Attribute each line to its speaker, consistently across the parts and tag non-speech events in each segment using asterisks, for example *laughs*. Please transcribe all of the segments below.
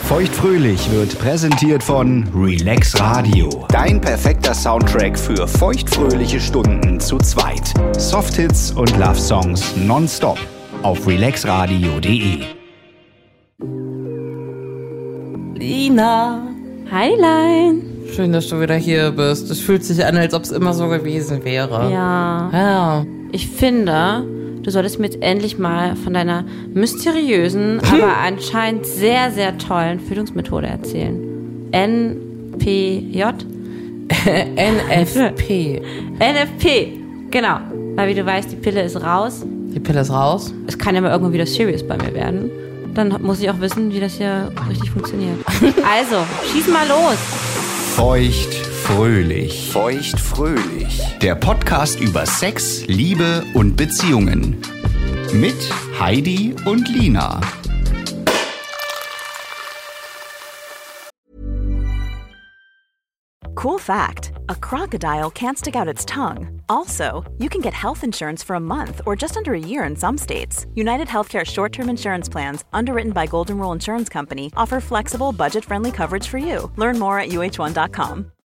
Speaker 1: Feuchtfröhlich wird präsentiert von Relax Radio. Dein perfekter Soundtrack für feuchtfröhliche Stunden zu zweit. Softhits und Love Songs nonstop auf relaxradio.de.
Speaker 2: Lina,
Speaker 3: Highline.
Speaker 2: schön, dass du wieder hier bist. Es fühlt sich an, als ob es immer so gewesen wäre.
Speaker 3: Ja.
Speaker 2: Ja.
Speaker 3: Ich finde, du solltest mir jetzt endlich mal von deiner mysteriösen, aber anscheinend sehr, sehr tollen Füllungsmethode erzählen. NPJ?
Speaker 2: NFP.
Speaker 3: NFP. Genau. Weil wie du weißt, die Pille ist raus.
Speaker 2: Die Pille ist raus.
Speaker 3: Es kann ja mal irgendwann wieder serious bei mir werden. Dann muss ich auch wissen, wie das hier richtig funktioniert. Also, schieß mal los.
Speaker 1: Feuchtfröhlich. Feuchtfröhlich. Der Podcast über Sex, Liebe und Beziehungen. Mit Heidi und Lina.
Speaker 4: Cool fact a crocodile can't stick out its tongue. Also, you can get health insurance for a month or just under a year in some states. United Healthcare short term insurance plans, underwritten by Golden Rule Insurance Company, offer flexible, budget friendly coverage for you. Learn more at uh1.com.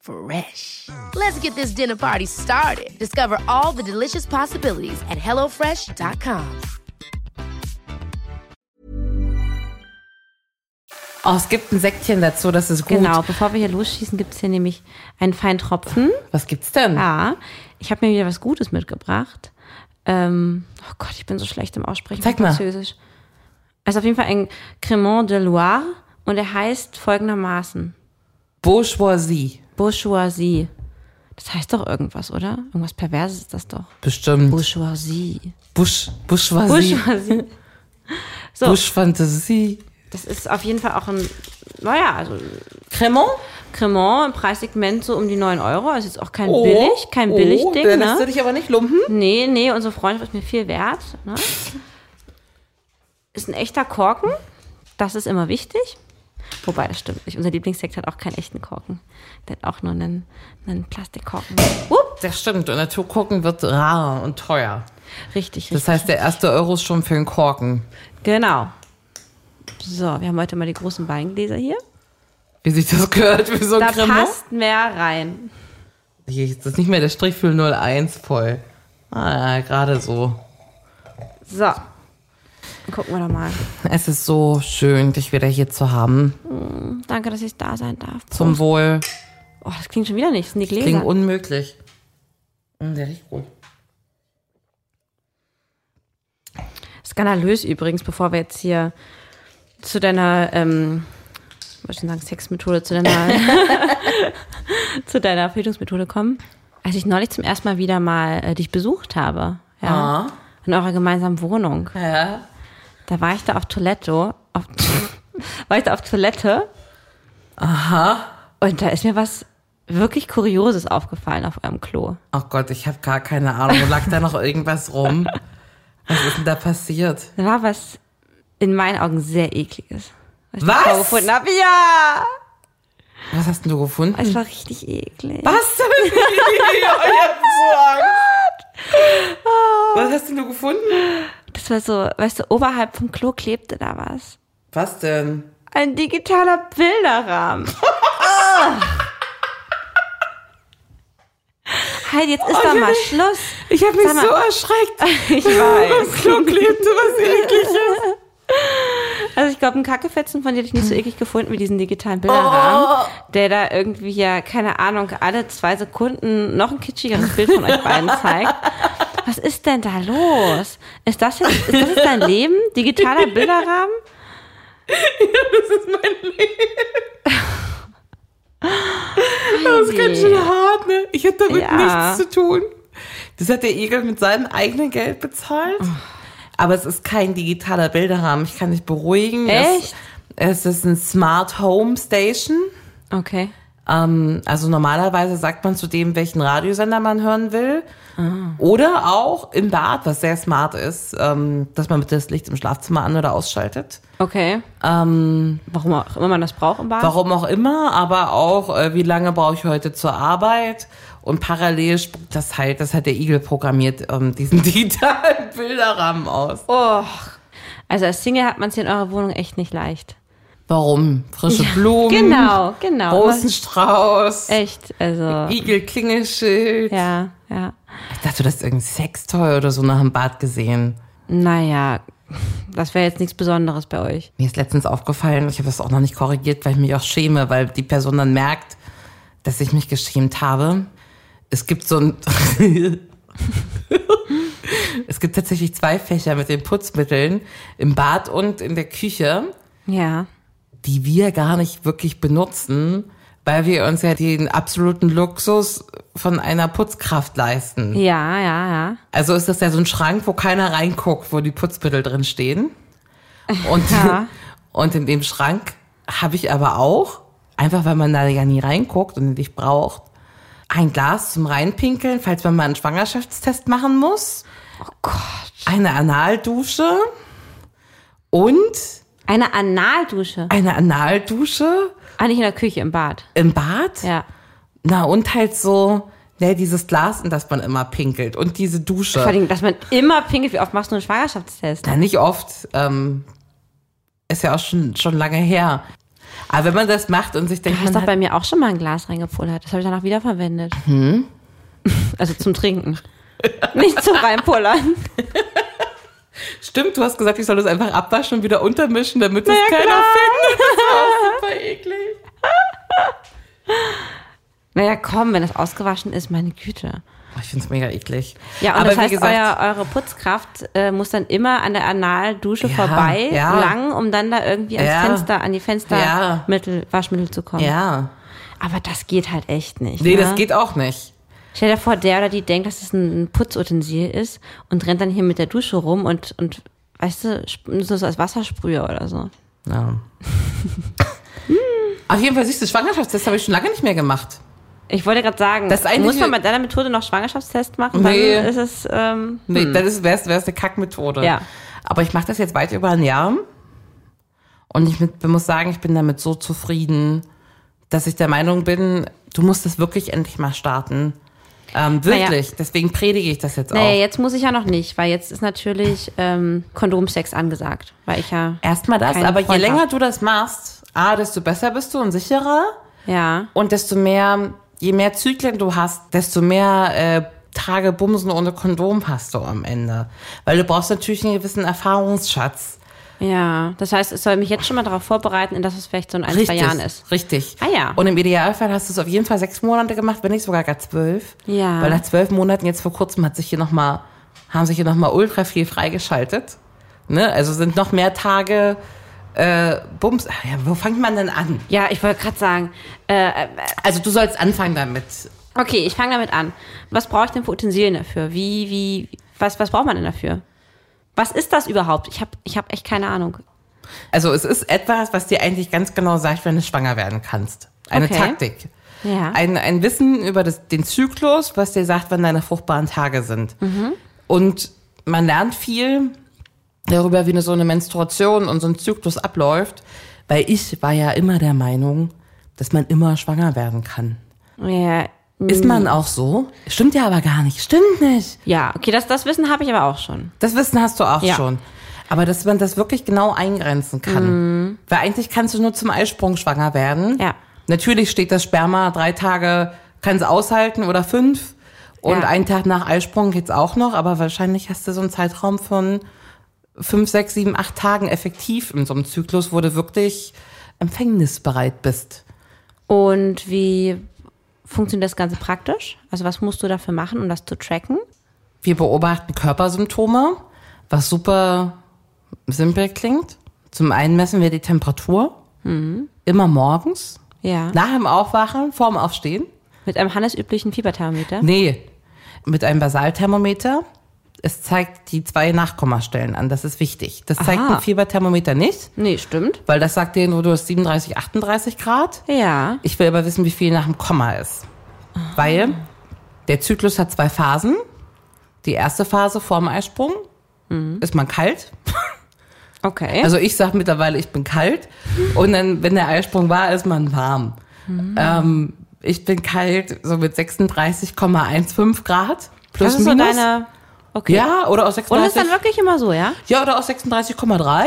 Speaker 5: Fresh. Let's get this dinner party started. Discover all the delicious possibilities at hellofresh.com.
Speaker 2: Oh, es gibt ein Säckchen dazu, das ist gut.
Speaker 3: Genau, bevor wir hier losschießen, gibt es hier nämlich einen feinen Tropfen.
Speaker 2: Was gibt's denn?
Speaker 3: Ja, ich habe mir wieder was Gutes mitgebracht. Ähm, oh Gott, ich bin so schlecht im Aussprechen
Speaker 2: Zeig
Speaker 3: von
Speaker 2: mal.
Speaker 3: Französisch. Also auf jeden Fall ein Cremant de Loire und er heißt folgendermaßen
Speaker 2: Bourgeoisie.
Speaker 3: Bourgeoisie. Das heißt doch irgendwas, oder? Irgendwas Perverses ist das doch.
Speaker 2: Bestimmt.
Speaker 3: Bourgeoisie.
Speaker 2: Busch, Bourgeoisie.
Speaker 3: Bourgeoisie. So,
Speaker 2: Buschfantasie.
Speaker 3: das ist auf jeden Fall auch ein, naja, also
Speaker 2: Cremant?
Speaker 3: Cremant im Preissegment so um die 9 Euro. Also jetzt auch kein
Speaker 2: Oh,
Speaker 3: billig, kein
Speaker 2: oh,
Speaker 3: Billigding.
Speaker 2: Da
Speaker 3: ne?
Speaker 2: lässt du dich aber nicht lumpen.
Speaker 3: Nee, nee, unsere Freundschaft ist mir viel wert. Ne? Ist ein echter Korken. Das ist immer wichtig. Wobei, das stimmt nicht. Unser Lieblingssekt hat auch keinen echten Korken. Der hat auch nur einen, einen Plastikkorken. Upp,
Speaker 2: Das stimmt. Und Naturkorken wird rar und teuer.
Speaker 3: richtig, richtig.
Speaker 2: Das heißt, der erste Euro ist schon für den Korken.
Speaker 3: genau. So, wir haben heute mal die großen Weingläser hier.
Speaker 2: Wie sich das gehört, wie so ein
Speaker 3: Da
Speaker 2: Cremant.
Speaker 3: passt mehr rein.
Speaker 2: Hier ist das nicht mehr der Strich für 01 voll. Ah, ja, gerade so.
Speaker 3: So. Gucken wir doch mal.
Speaker 2: Es ist so schön, dich wieder hier zu haben.
Speaker 3: Danke, dass ich da sein darf.
Speaker 2: Zum Wohl.
Speaker 3: Oh, das klingt schon wieder nicht. Das sind die Gläser.
Speaker 2: Klingt unmöglich. Mm, Der riecht gut.
Speaker 3: Skandalös übrigens, bevor wir jetzt hier zu deiner, ähm, ich wollte schon sagen Sexmethode, zu
Speaker 2: *laughs*
Speaker 3: deiner, zu deiner Verhütungsmethode kommen. Als ich neulich zum ersten Mal wieder mal äh, dich besucht habe, ja, in eurer gemeinsamen Wohnung,
Speaker 2: Ah. Ja.
Speaker 3: da war ich da auf Toilette, auf, *laughs* war ich da auf Toilette. Aha. Und da ist mir was wirklich Kurioses aufgefallen auf eurem Klo.
Speaker 2: Oh Gott, ich habe gar keine Ahnung. Lag da noch irgendwas rum? Was ist denn da passiert?
Speaker 3: Da war was in meinen Augen sehr ekliges. ich
Speaker 2: Was?
Speaker 3: davor gefunden hab. Ja!
Speaker 2: Was hast denn du gefunden?
Speaker 3: Es war richtig eklig.
Speaker 2: Hm. Was denn? *laughs* Ich hab so Angst. Was hast denn du gefunden?
Speaker 3: Das war so, weißt du, oberhalb vom Klo klebte da was.
Speaker 2: Was denn?
Speaker 3: Ein digitaler
Speaker 2: *laughs*
Speaker 3: Bilderrahmen. Heidi, jetzt ist doch mal Schluss.
Speaker 2: Oh Ich habe mich
Speaker 3: Sag mal.
Speaker 2: so erschreckt.
Speaker 3: *laughs* Ich weiß.
Speaker 2: Das Klo klebte was ekliges.
Speaker 3: Also ich glaube, einen Kackefetzen von dir hätte ich nicht so eklig gefunden wie diesen digitalen Bilderrahmen,
Speaker 2: Oh.
Speaker 3: der da irgendwie ja, keine Ahnung, alle zwei Sekunden noch ein kitschigeres Bild von euch beiden zeigt. was ist denn da los? Ist das jetzt, ist das jetzt dein Leben? Digitaler Bilderrahmen?
Speaker 2: Das ist mein Leben.
Speaker 3: Oh
Speaker 2: Das ist ganz schön hart, ne? Ich hätte damit
Speaker 3: Ja.
Speaker 2: nichts zu tun. Das hat der Igel mit seinem eigenen Geld bezahlt.
Speaker 3: Oh.
Speaker 2: Aber es ist kein digitaler Bilderrahmen. Ich kann dich beruhigen.
Speaker 3: Echt?
Speaker 2: Es, es ist ein Smart Home Station.
Speaker 3: Okay.
Speaker 2: Ähm, also normalerweise sagt man zu dem, welchen Radiosender man hören will.
Speaker 3: Ah.
Speaker 2: Oder auch im Bad, was sehr smart ist, ähm, dass man bitte das Licht im Schlafzimmer an- oder ausschaltet.
Speaker 3: Okay.
Speaker 2: Ähm,
Speaker 3: Warum auch immer man das braucht im Bad?
Speaker 2: warum auch immer, aber auch, äh, wie lange brauche ich heute zur Arbeit? Und parallel, sp- das halt, das hat der Igel programmiert, ähm, diesen *laughs* digitalen Bilderrahmen aus.
Speaker 3: Och. Oh. Also als Single hat man es in eurer Wohnung echt nicht leicht.
Speaker 2: Warum? Frische Blumen.
Speaker 3: Genau, genau.
Speaker 2: Rosenstrauß.
Speaker 3: Echt, also.
Speaker 2: Igel-Klingelschild.
Speaker 3: Ja, ja.
Speaker 2: Ich dachte, du hast irgendein Sextoy oder so nach dem Bad gesehen.
Speaker 3: Naja, das wäre jetzt nichts Besonderes bei euch.
Speaker 2: Mir ist letztens aufgefallen, ich habe das auch noch nicht korrigiert, weil ich mich auch schäme, weil die Person dann merkt, dass ich mich geschämt habe. Es gibt so ein. *laughs* es gibt tatsächlich zwei Fächer mit den Putzmitteln im Bad und in der Küche,
Speaker 3: Ja.
Speaker 2: die wir gar nicht wirklich benutzen, weil wir uns ja den absoluten Luxus von einer Putzkraft leisten.
Speaker 3: Ja, ja, ja.
Speaker 2: Also ist das ja so ein Schrank, wo keiner reinguckt, wo die Putzmittel drin stehen. Und,
Speaker 3: Ja.
Speaker 2: *laughs* und in dem Schrank habe ich aber auch, einfach weil man da ja nie reinguckt und nicht braucht, ein Glas zum Reinpinkeln, falls man mal einen Schwangerschaftstest machen muss,
Speaker 3: Oh Gott.
Speaker 2: eine Analdusche und
Speaker 3: Eine Analdusche.
Speaker 2: eine Analdusche
Speaker 3: Ah, nicht in der Küche, im Bad.
Speaker 2: im Bad.
Speaker 3: Ja.
Speaker 2: Na und halt so, ne, dieses Glas, in das man immer pinkelt und diese Dusche.
Speaker 3: Vor allem, dass man immer pinkelt. Wie oft machst du einen Schwangerschaftstest?
Speaker 2: Na, nicht oft. Ähm, ist ja auch schon, schon lange her. Aber wenn man das macht und sich
Speaker 3: Du
Speaker 2: denkt,
Speaker 3: hast
Speaker 2: man
Speaker 3: doch
Speaker 2: hat,
Speaker 3: bei mir auch schon mal ein Glas reingepullert. Das habe ich danach wiederverwendet. Hm? *laughs* Also zum Trinken. nicht zum Reinpullern.
Speaker 2: stimmt, du hast gesagt, ich soll das einfach abwaschen und wieder untermischen, damit das
Speaker 3: Ja,
Speaker 2: *laughs* keiner
Speaker 3: klar.
Speaker 2: findet. Das war super eklig.
Speaker 3: Naja, komm, wenn das ausgewaschen ist, meine Güte.
Speaker 2: Oh, Ich finde es mega eklig.
Speaker 3: Ja, und
Speaker 2: Aber
Speaker 3: das
Speaker 2: wie
Speaker 3: heißt,
Speaker 2: gesagt,
Speaker 3: euer, eure Putzkraft äh, muss dann immer an der Analdusche
Speaker 2: Ja,
Speaker 3: vorbei
Speaker 2: ja.
Speaker 3: lang, um dann da irgendwie ans
Speaker 2: Ja.
Speaker 3: Fenster, an die
Speaker 2: Ja.
Speaker 3: Fenstermittel, Waschmittel zu kommen.
Speaker 2: ja.
Speaker 3: Aber das geht halt echt nicht.
Speaker 2: Nee,
Speaker 3: ne?
Speaker 2: das geht auch nicht.
Speaker 3: *laughs* Stell dir vor, der oder die denkt, dass es ein Putzutensil ist und rennt dann hier mit der Dusche rum und, und weißt du, sp- nutzt das als Wassersprüher oder so.
Speaker 2: Ja. Auf jeden Fall, siehst du, Schwangerschaftstest habe ich schon lange nicht mehr gemacht.
Speaker 3: Ich wollte gerade sagen,
Speaker 2: Das einzige-
Speaker 3: muss man bei deiner Methode noch Schwangerschaftstest machen?
Speaker 2: Nee.
Speaker 3: Dann ist es, ähm,
Speaker 2: Nee, das wäre wär's eine Kackmethode.
Speaker 3: Ja.
Speaker 2: Aber ich mache das jetzt weit über ein Jahr. Und ich mit, muss sagen, ich bin damit so zufrieden, dass ich der Meinung bin, du musst das wirklich endlich mal starten. Ähm, wirklich. Deswegen predige ich das jetzt
Speaker 3: naja,
Speaker 2: auch.
Speaker 3: jetzt muss ich ja noch nicht, weil jetzt ist natürlich ähm, Kondomsex angesagt, weil ich ja,
Speaker 2: Erstmal das,
Speaker 3: Keine
Speaker 2: aber je
Speaker 3: Freundschaft.
Speaker 2: länger du das machst, A, desto besser bist du und sicherer.
Speaker 3: ja,
Speaker 2: Und desto mehr, je mehr Zyklen du hast, desto mehr äh, Tage Bumsen ohne Kondom hast du am Ende. Weil du brauchst natürlich einen gewissen Erfahrungsschatz.
Speaker 3: ja. Das heißt, ich soll mich jetzt schon mal darauf vorbereiten, in das es vielleicht so in ein, zwei Jahren ist.
Speaker 2: Richtig.
Speaker 3: Ah ja.
Speaker 2: Und im Idealfall hast du es auf jeden Fall sechs Monate gemacht, wenn nicht sogar gar zwölf.
Speaker 3: Ja.
Speaker 2: Weil nach zwölf Monaten jetzt vor kurzem hat sich hier noch mal, haben sich hier nochmal ultra viel freigeschaltet. Ne? Also sind noch mehr Tage äh, Bums. Ah Ja, wo fängt man denn an?
Speaker 3: Ja, ich wollte gerade sagen, äh,
Speaker 2: Also du sollst anfangen damit.
Speaker 3: okay, ich fange damit an. Was brauche ich denn für Utensilien dafür? Wie, wie, was, was braucht man denn dafür? Was ist das überhaupt? Ich habe ich hab echt keine Ahnung.
Speaker 2: Also es ist etwas, was dir eigentlich ganz genau sagt, wenn du schwanger werden kannst. Eine
Speaker 3: Okay.
Speaker 2: Taktik.
Speaker 3: Ja.
Speaker 2: Ein, ein Wissen über das, den Zyklus, was dir sagt, wann deine fruchtbaren Tage sind. Und man lernt viel darüber, wie eine, so eine Menstruation und so ein Zyklus abläuft, weil ich war ja immer der Meinung, dass man immer schwanger werden kann.
Speaker 3: Ja,
Speaker 2: Ist man auch so? Stimmt ja aber gar nicht. Stimmt nicht.
Speaker 3: ja okay, das, das Wissen habe ich aber auch schon.
Speaker 2: Das Wissen hast du auch
Speaker 3: Ja.
Speaker 2: schon. Aber dass man das wirklich genau eingrenzen kann. Weil eigentlich kannst du nur zum Eisprung schwanger werden.
Speaker 3: Mhm. Ja.
Speaker 2: Natürlich steht das Sperma drei Tage, kann es aushalten oder fünf. Und
Speaker 3: Ja.
Speaker 2: einen Tag nach Eisprung geht's auch noch, aber wahrscheinlich hast du so einen Zeitraum von fünf, sechs, sieben, acht Tagen effektiv in so einem Zyklus, wo du wirklich empfängnisbereit bist.
Speaker 3: Und wie funktioniert das Ganze praktisch? Also was musst du dafür machen, um das zu tracken?
Speaker 2: Wir beobachten Körpersymptome, was super simpel klingt. Zum einen messen wir die Temperatur, immer morgens,
Speaker 3: Ja.
Speaker 2: nach dem Aufwachen, vorm Aufstehen.
Speaker 3: Mit einem handelsüblichen Fieberthermometer.
Speaker 2: Nee, mit einem Basalthermometer. Es zeigt die zwei Nachkommastellen an, das ist wichtig. Das zeigt
Speaker 3: Aha.
Speaker 2: ein Fieberthermometer nicht,
Speaker 3: Nee, stimmt.
Speaker 2: weil das sagt denen, du hast 37, 38 Grad.
Speaker 3: Ja.
Speaker 2: Ich will aber wissen, wie viel nach dem Komma ist. Weil der Zyklus hat zwei Phasen. Die erste Phase vor dem Eisprung
Speaker 3: Mhm.
Speaker 2: ist man kalt.
Speaker 3: Okay.
Speaker 2: Also ich sage mittlerweile, ich bin kalt. Und dann, wenn der Eisprung war, ist man warm.
Speaker 3: Mhm.
Speaker 2: Ähm, ich bin kalt so mit 36,15 Grad. Plus
Speaker 3: das ist so
Speaker 2: minus.
Speaker 3: deine. Okay.
Speaker 2: ja, oder aus
Speaker 3: Und ist
Speaker 2: 36,
Speaker 3: dann wirklich immer so, ja?
Speaker 2: ja, oder aus 36,3.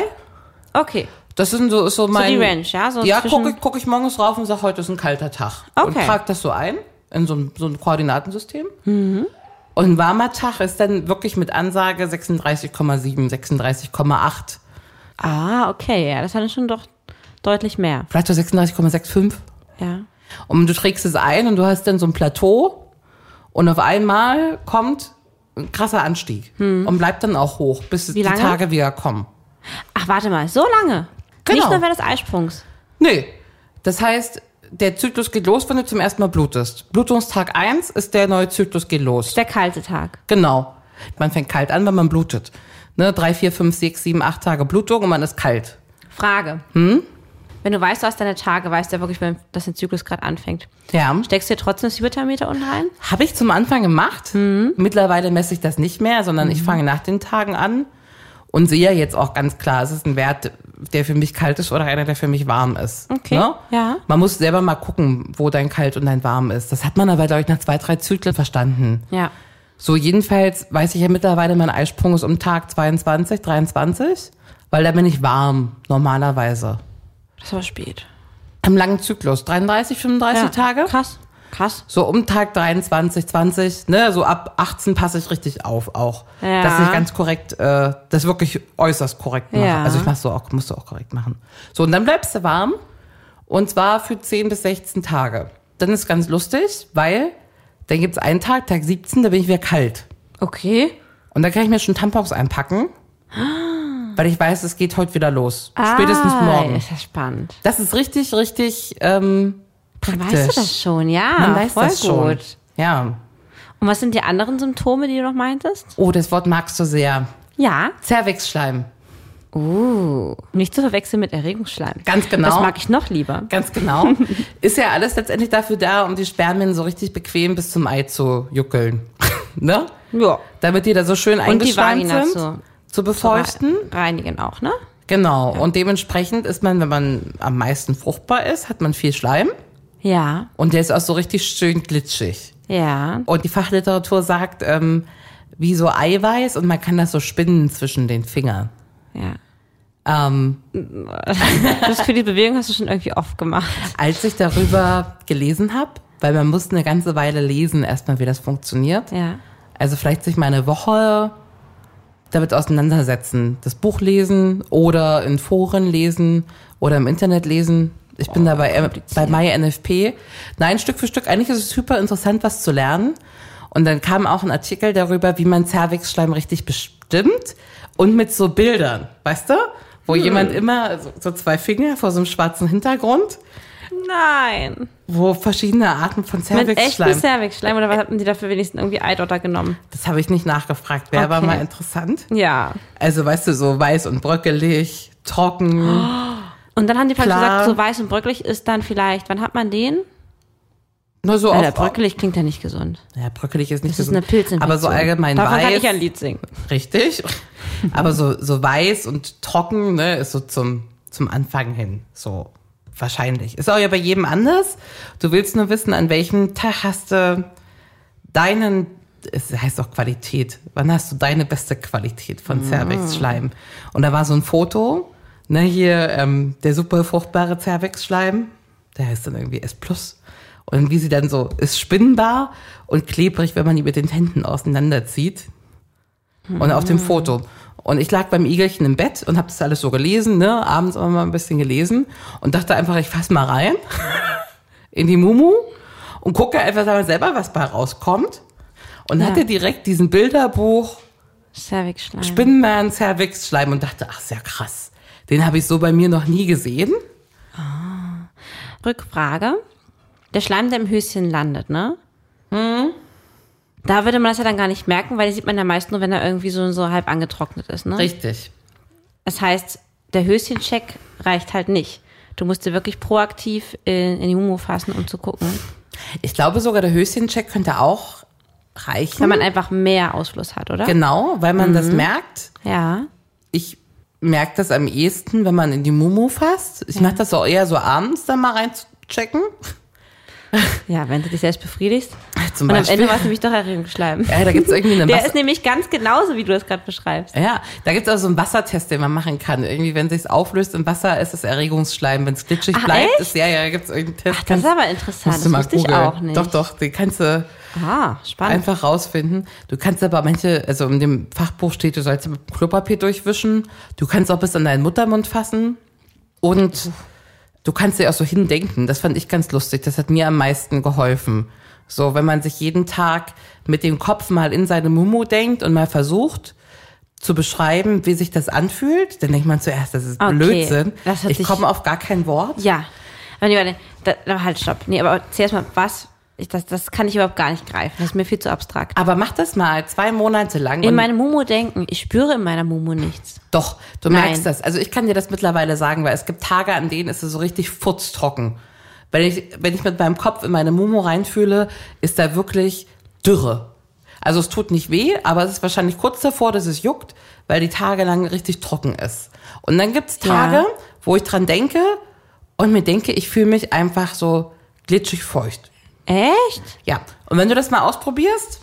Speaker 3: Okay.
Speaker 2: Das sind so, ist so mein.
Speaker 3: die Range, ja, so
Speaker 2: ja,
Speaker 3: zwischen-
Speaker 2: gucke ich, guck ich morgens drauf und sage, heute ist ein kalter Tag. Und
Speaker 3: Okay.
Speaker 2: trage das so ein in so ein, so ein Koordinatensystem.
Speaker 3: Mhm.
Speaker 2: Und ein warmer Tag ist dann wirklich mit Ansage 36,7, 36,8.
Speaker 3: Ah, okay. Ja, das hat schon doch deutlich mehr.
Speaker 2: Vielleicht so 36,65.
Speaker 3: Ja.
Speaker 2: Und du trägst es ein und du hast dann so ein Plateau. Und auf einmal kommt ein krasser Anstieg. Und bleibt dann auch hoch, bis die
Speaker 3: Hm. lange?
Speaker 2: Tage wieder kommen.
Speaker 3: Ach, warte mal. So lange.
Speaker 2: Genau.
Speaker 3: Nicht nur während des Eisprungs.
Speaker 2: Nee. Das heißt, der Zyklus geht los, wenn du zum ersten Mal blutest. Blutungstag 1 ist der neue Zyklus geht los.
Speaker 3: Der kalte Tag.
Speaker 2: Genau. Man fängt kalt an, wenn man blutet. Ne, drei, vier, fünf, sechs, sieben, acht Tage Blutung und man ist kalt.
Speaker 3: Frage.
Speaker 2: Hm?
Speaker 3: Wenn du weißt, du hast deine Tage, weißt du ja wirklich, wann- dass der Zyklus gerade anfängt.
Speaker 2: Ja.
Speaker 3: Steckst du dir trotzdem das Fieberthermometer unten rein?
Speaker 2: Habe ich zum Anfang gemacht.
Speaker 3: Mhm.
Speaker 2: Mittlerweile messe ich das nicht mehr, sondern ich fange nach den Tagen an und sehe jetzt auch ganz klar, es ist ein Wert, der für mich kalt ist oder einer, der für mich warm ist. Ne?
Speaker 3: Okay, ja.
Speaker 2: Man muss selber mal gucken, wo dein kalt und dein warm ist. Das hat man aber, glaube ich, nach zwei, drei Zyklen verstanden.
Speaker 3: Ja.
Speaker 2: So, jedenfalls weiß ich ja mittlerweile, mein Eisprung ist um Tag 22, 23, weil da bin ich warm, normalerweise.
Speaker 3: Das war spät.
Speaker 2: Im langen Zyklus, 33, 35
Speaker 3: Ja.
Speaker 2: Tage.
Speaker 3: Krass. Krass.
Speaker 2: So um Tag 23, 20, ne, so ab 18 passe ich richtig auf auch.
Speaker 3: Ja.
Speaker 2: Dass ich ganz korrekt, äh, das wirklich äußerst korrekt mache.
Speaker 3: Ja.
Speaker 2: Also ich mach's so auch, musst du auch korrekt machen. So, und dann bleibst du warm. Und zwar für 10 bis 16 Tage. Dann ist ganz lustig, weil dann gibt's einen Tag, Tag 17, da bin ich wieder kalt.
Speaker 3: Okay.
Speaker 2: Und da kann ich mir schon Tampons einpacken, weil ich weiß, es geht heute wieder los. Spätestens
Speaker 3: Ah,
Speaker 2: morgen.
Speaker 3: Ist das spannend.
Speaker 2: Das ist richtig, richtig ähm,
Speaker 3: Dann
Speaker 2: praktisch.
Speaker 3: weißt du das schon, ja.
Speaker 2: Man weiß
Speaker 3: voll
Speaker 2: das schon.
Speaker 3: gut.
Speaker 2: Ja.
Speaker 3: Und was sind die anderen Symptome, die du noch meintest?
Speaker 2: Oh, das Wort magst du sehr.
Speaker 3: Ja.
Speaker 2: Zervixschleim.
Speaker 3: Uh. Nicht zu verwechseln mit Erregungsschleim.
Speaker 2: Ganz genau.
Speaker 3: Das mag ich noch lieber.
Speaker 2: Ganz
Speaker 3: *laughs*
Speaker 2: genau. ist ja alles letztendlich dafür da, um die Spermien so richtig bequem bis zum Ei zu juckeln. *laughs* ne?
Speaker 3: Ja.
Speaker 2: Damit die da so schön
Speaker 3: Und die
Speaker 2: eingeschleimt
Speaker 3: Vagina
Speaker 2: sind.
Speaker 3: zu
Speaker 2: zu befeuchten.
Speaker 3: reinigen auch, ne?
Speaker 2: Genau. Und dementsprechend ist man, wenn man am meisten fruchtbar ist, hat man viel Schleim.
Speaker 3: Ja.
Speaker 2: Und der ist auch so richtig schön glitschig.
Speaker 3: Ja.
Speaker 2: Und die Fachliteratur sagt, ähm, wie so Eiweiß und man kann das so spinnen zwischen den Fingern.
Speaker 3: Ja.
Speaker 2: Ähm,
Speaker 3: *laughs* Das für die Bewegung hast du schon irgendwie oft gemacht.
Speaker 2: als ich darüber gelesen habe, weil man muss eine ganze Weile lesen erstmal, wie das funktioniert.
Speaker 3: Ja.
Speaker 2: Also vielleicht sich mal eine Woche damit auseinandersetzen. Das Buch lesen oder in Foren lesen oder im Internet lesen. Ich
Speaker 3: Oh,
Speaker 2: bin dabei bei MyNFP. Nein, Stück für Stück. Eigentlich ist es super interessant, was zu lernen. Und dann kam auch ein Artikel darüber, wie man Zervixschleim richtig bestimmt und mit so Bildern, weißt du? Wo
Speaker 3: Hm.
Speaker 2: jemand immer so, so zwei Finger vor so einem schwarzen Hintergrund,
Speaker 3: Nein.
Speaker 2: wo verschiedene Arten von
Speaker 3: Mit echtem
Speaker 2: Zervixschleim.
Speaker 3: Cervixschleim oder was hatten die dafür wenigstens irgendwie Eidotter genommen?
Speaker 2: Das habe ich nicht nachgefragt. Wäre aber
Speaker 3: Okay.
Speaker 2: mal interessant.
Speaker 3: Ja.
Speaker 2: Also, weißt du, so weiß und bröckelig,
Speaker 3: Oh.
Speaker 2: trocken.
Speaker 3: Und dann haben die vielleicht
Speaker 2: Klar.
Speaker 3: gesagt, so weiß und bröckelig ist dann vielleicht, wann hat man den?
Speaker 2: Nur so
Speaker 3: Weil
Speaker 2: auf,
Speaker 3: der bröckelig klingt ja nicht gesund.
Speaker 2: Ja, bröckelig ist nicht
Speaker 3: Das ist
Speaker 2: gesund.
Speaker 3: eine Pilzinfektion.
Speaker 2: Aber so allgemein
Speaker 3: Davon
Speaker 2: weiß.
Speaker 3: kann ich ein Lied singen.
Speaker 2: Richtig. Aber so, so weiß und trocken, ne, ist so zum, zum Anfang hin. So. Wahrscheinlich. Ist auch ja bei jedem anders. Du willst nur wissen, an welchem Tag hast du deinen, es heißt auch Qualität. Wann hast du deine beste Qualität von Cervixschleim? Und da war so ein Foto, ne, hier, ähm, der super fruchtbare Cervixschleim, der heißt dann irgendwie S+. Und wie sie dann so, ist spinnbar und klebrig, wenn man die mit den Händen auseinanderzieht und auf dem Foto. Und ich lag beim Igelchen im Bett und habe das alles so gelesen, ne, abends immer mal ein bisschen gelesen und dachte einfach, ich fass mal rein *laughs* in die Mumu und gucke einfach mal selber, was bei rauskommt. Und hatte direkt diesen Bilderbuch
Speaker 3: Cervix-Schleim.
Speaker 2: Spinnenmann Cervix Schleim und dachte, ach, sehr krass. Den habe ich so bei mir noch nie gesehen.
Speaker 3: Rückfrage. Der Schleim, der im Höschen landet, ne?
Speaker 2: Hm?
Speaker 3: Da würde man das ja dann gar nicht merken, weil den sieht man ja meist nur, wenn er irgendwie so, so halb angetrocknet ist, ne?
Speaker 2: Richtig.
Speaker 3: Das heißt, der Höschencheck reicht halt nicht. Du musst dir wirklich proaktiv in, in die Humo fassen, um zu gucken,
Speaker 2: Ich glaube sogar der Höschencheck könnte auch reichen.
Speaker 3: wenn man einfach mehr Ausfluss hat, oder?
Speaker 2: genau, weil man das merkt.
Speaker 3: Ja.
Speaker 2: Ich merke das am ehesten, wenn man in die Mumu fasst. Ich mache das auch eher so abends dann mal reinchecken.
Speaker 3: Ja, wenn du dich selbst befriedigst.
Speaker 2: Zum
Speaker 3: Und am
Speaker 2: Beispiel.
Speaker 3: Ende war es nämlich doch Erregungsschleim.
Speaker 2: *laughs* Ja, da gibt's irgendwie einen
Speaker 3: Der
Speaker 2: Wasser-
Speaker 3: ist nämlich ganz genauso, wie du das gerade beschreibst.
Speaker 2: Ja, da gibt's auch so einen Wassertest, den man machen kann. Irgendwie, wenn sich's auflöst im Wasser, ist es Erregungsschleim. Wenn's glitschig
Speaker 3: Ach,
Speaker 2: bleibt,
Speaker 3: echt?
Speaker 2: ist ja, ja, da gibt's irgendeinen Test. Ach,
Speaker 3: Das ist aber interessant.
Speaker 2: Musst
Speaker 3: Das
Speaker 2: du mal
Speaker 3: wusste ich
Speaker 2: googeln.
Speaker 3: auch nicht.
Speaker 2: Doch, doch, den kannst du
Speaker 3: Ah, spannend.
Speaker 2: einfach rausfinden. Du kannst aber manche, also in dem Fachbuch steht, du sollst mit Klopapier durchwischen. Du kannst auch bis an deinen Muttermund fassen. Und du kannst dir auch so hindenken. Das fand ich ganz lustig. Das hat mir am meisten geholfen. So, wenn man sich jeden Tag mit dem Kopf mal in seine Mumu denkt und mal versucht, zu beschreiben, wie sich das anfühlt, dann denkt man zuerst, das ist
Speaker 3: Okay,
Speaker 2: Blödsinn.
Speaker 3: das hat
Speaker 2: ich
Speaker 3: sich-
Speaker 2: komme auf gar kein Wort.
Speaker 3: Ja. Aber nee, warte, da, da, halt, stopp. Nee, aber zuerst mal, was? Ich, das, das kann ich überhaupt gar nicht greifen. Das ist mir viel zu abstrakt.
Speaker 2: Aber mach das mal zwei Monate lang.
Speaker 3: In
Speaker 2: und-
Speaker 3: meine Mumu denken. Ich spüre in meiner Mumu nichts.
Speaker 2: Doch, du
Speaker 3: Nein.
Speaker 2: merkst das. Also ich kann dir das mittlerweile sagen, weil es gibt Tage, an denen ist es so richtig futztrocken. Wenn ich, wenn ich mit meinem Kopf in meine Momo reinfühle, ist da wirklich Dürre. Also es tut nicht weh, aber es ist wahrscheinlich kurz davor, dass es juckt, weil die Tage lang richtig trocken ist. Und dann gibt's Tage,
Speaker 3: Ja.
Speaker 2: wo ich dran denke und mir denke, ich fühle mich einfach so glitschig feucht.
Speaker 3: Echt?
Speaker 2: Ja. Und wenn du das mal ausprobierst,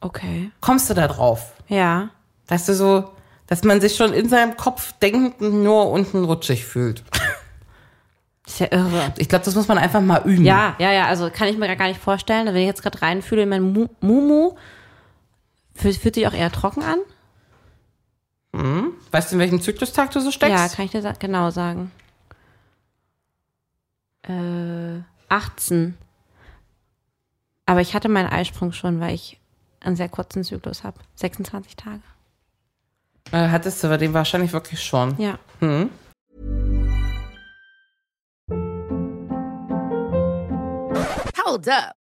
Speaker 3: Okay.
Speaker 2: kommst du da drauf.
Speaker 3: Ja.
Speaker 2: Weißt du, so, dass man sich schon in seinem Kopf denkend nur unten rutschig fühlt.
Speaker 3: Ist ja irre.
Speaker 2: Ich glaube, das muss man einfach mal üben.
Speaker 3: Ja, ja, ja. Also kann ich mir gar nicht vorstellen. Wenn ich jetzt gerade reinfühle in meine Mu- Mumu, fühlt, fühlt sich auch eher trocken an?
Speaker 2: Weißt du, in welchem Zyklustag du so
Speaker 3: Ja,
Speaker 2: steckst?
Speaker 3: kann ich dir sa- genau sagen. Äh, 18. Aber ich hatte meinen Eisprung schon, weil ich einen sehr kurzen Zyklus habe. 26 Tage.
Speaker 2: Ja, äh, hattest du den wahrscheinlich wirklich schon.
Speaker 3: Ja.
Speaker 2: Hm?
Speaker 5: Hold up.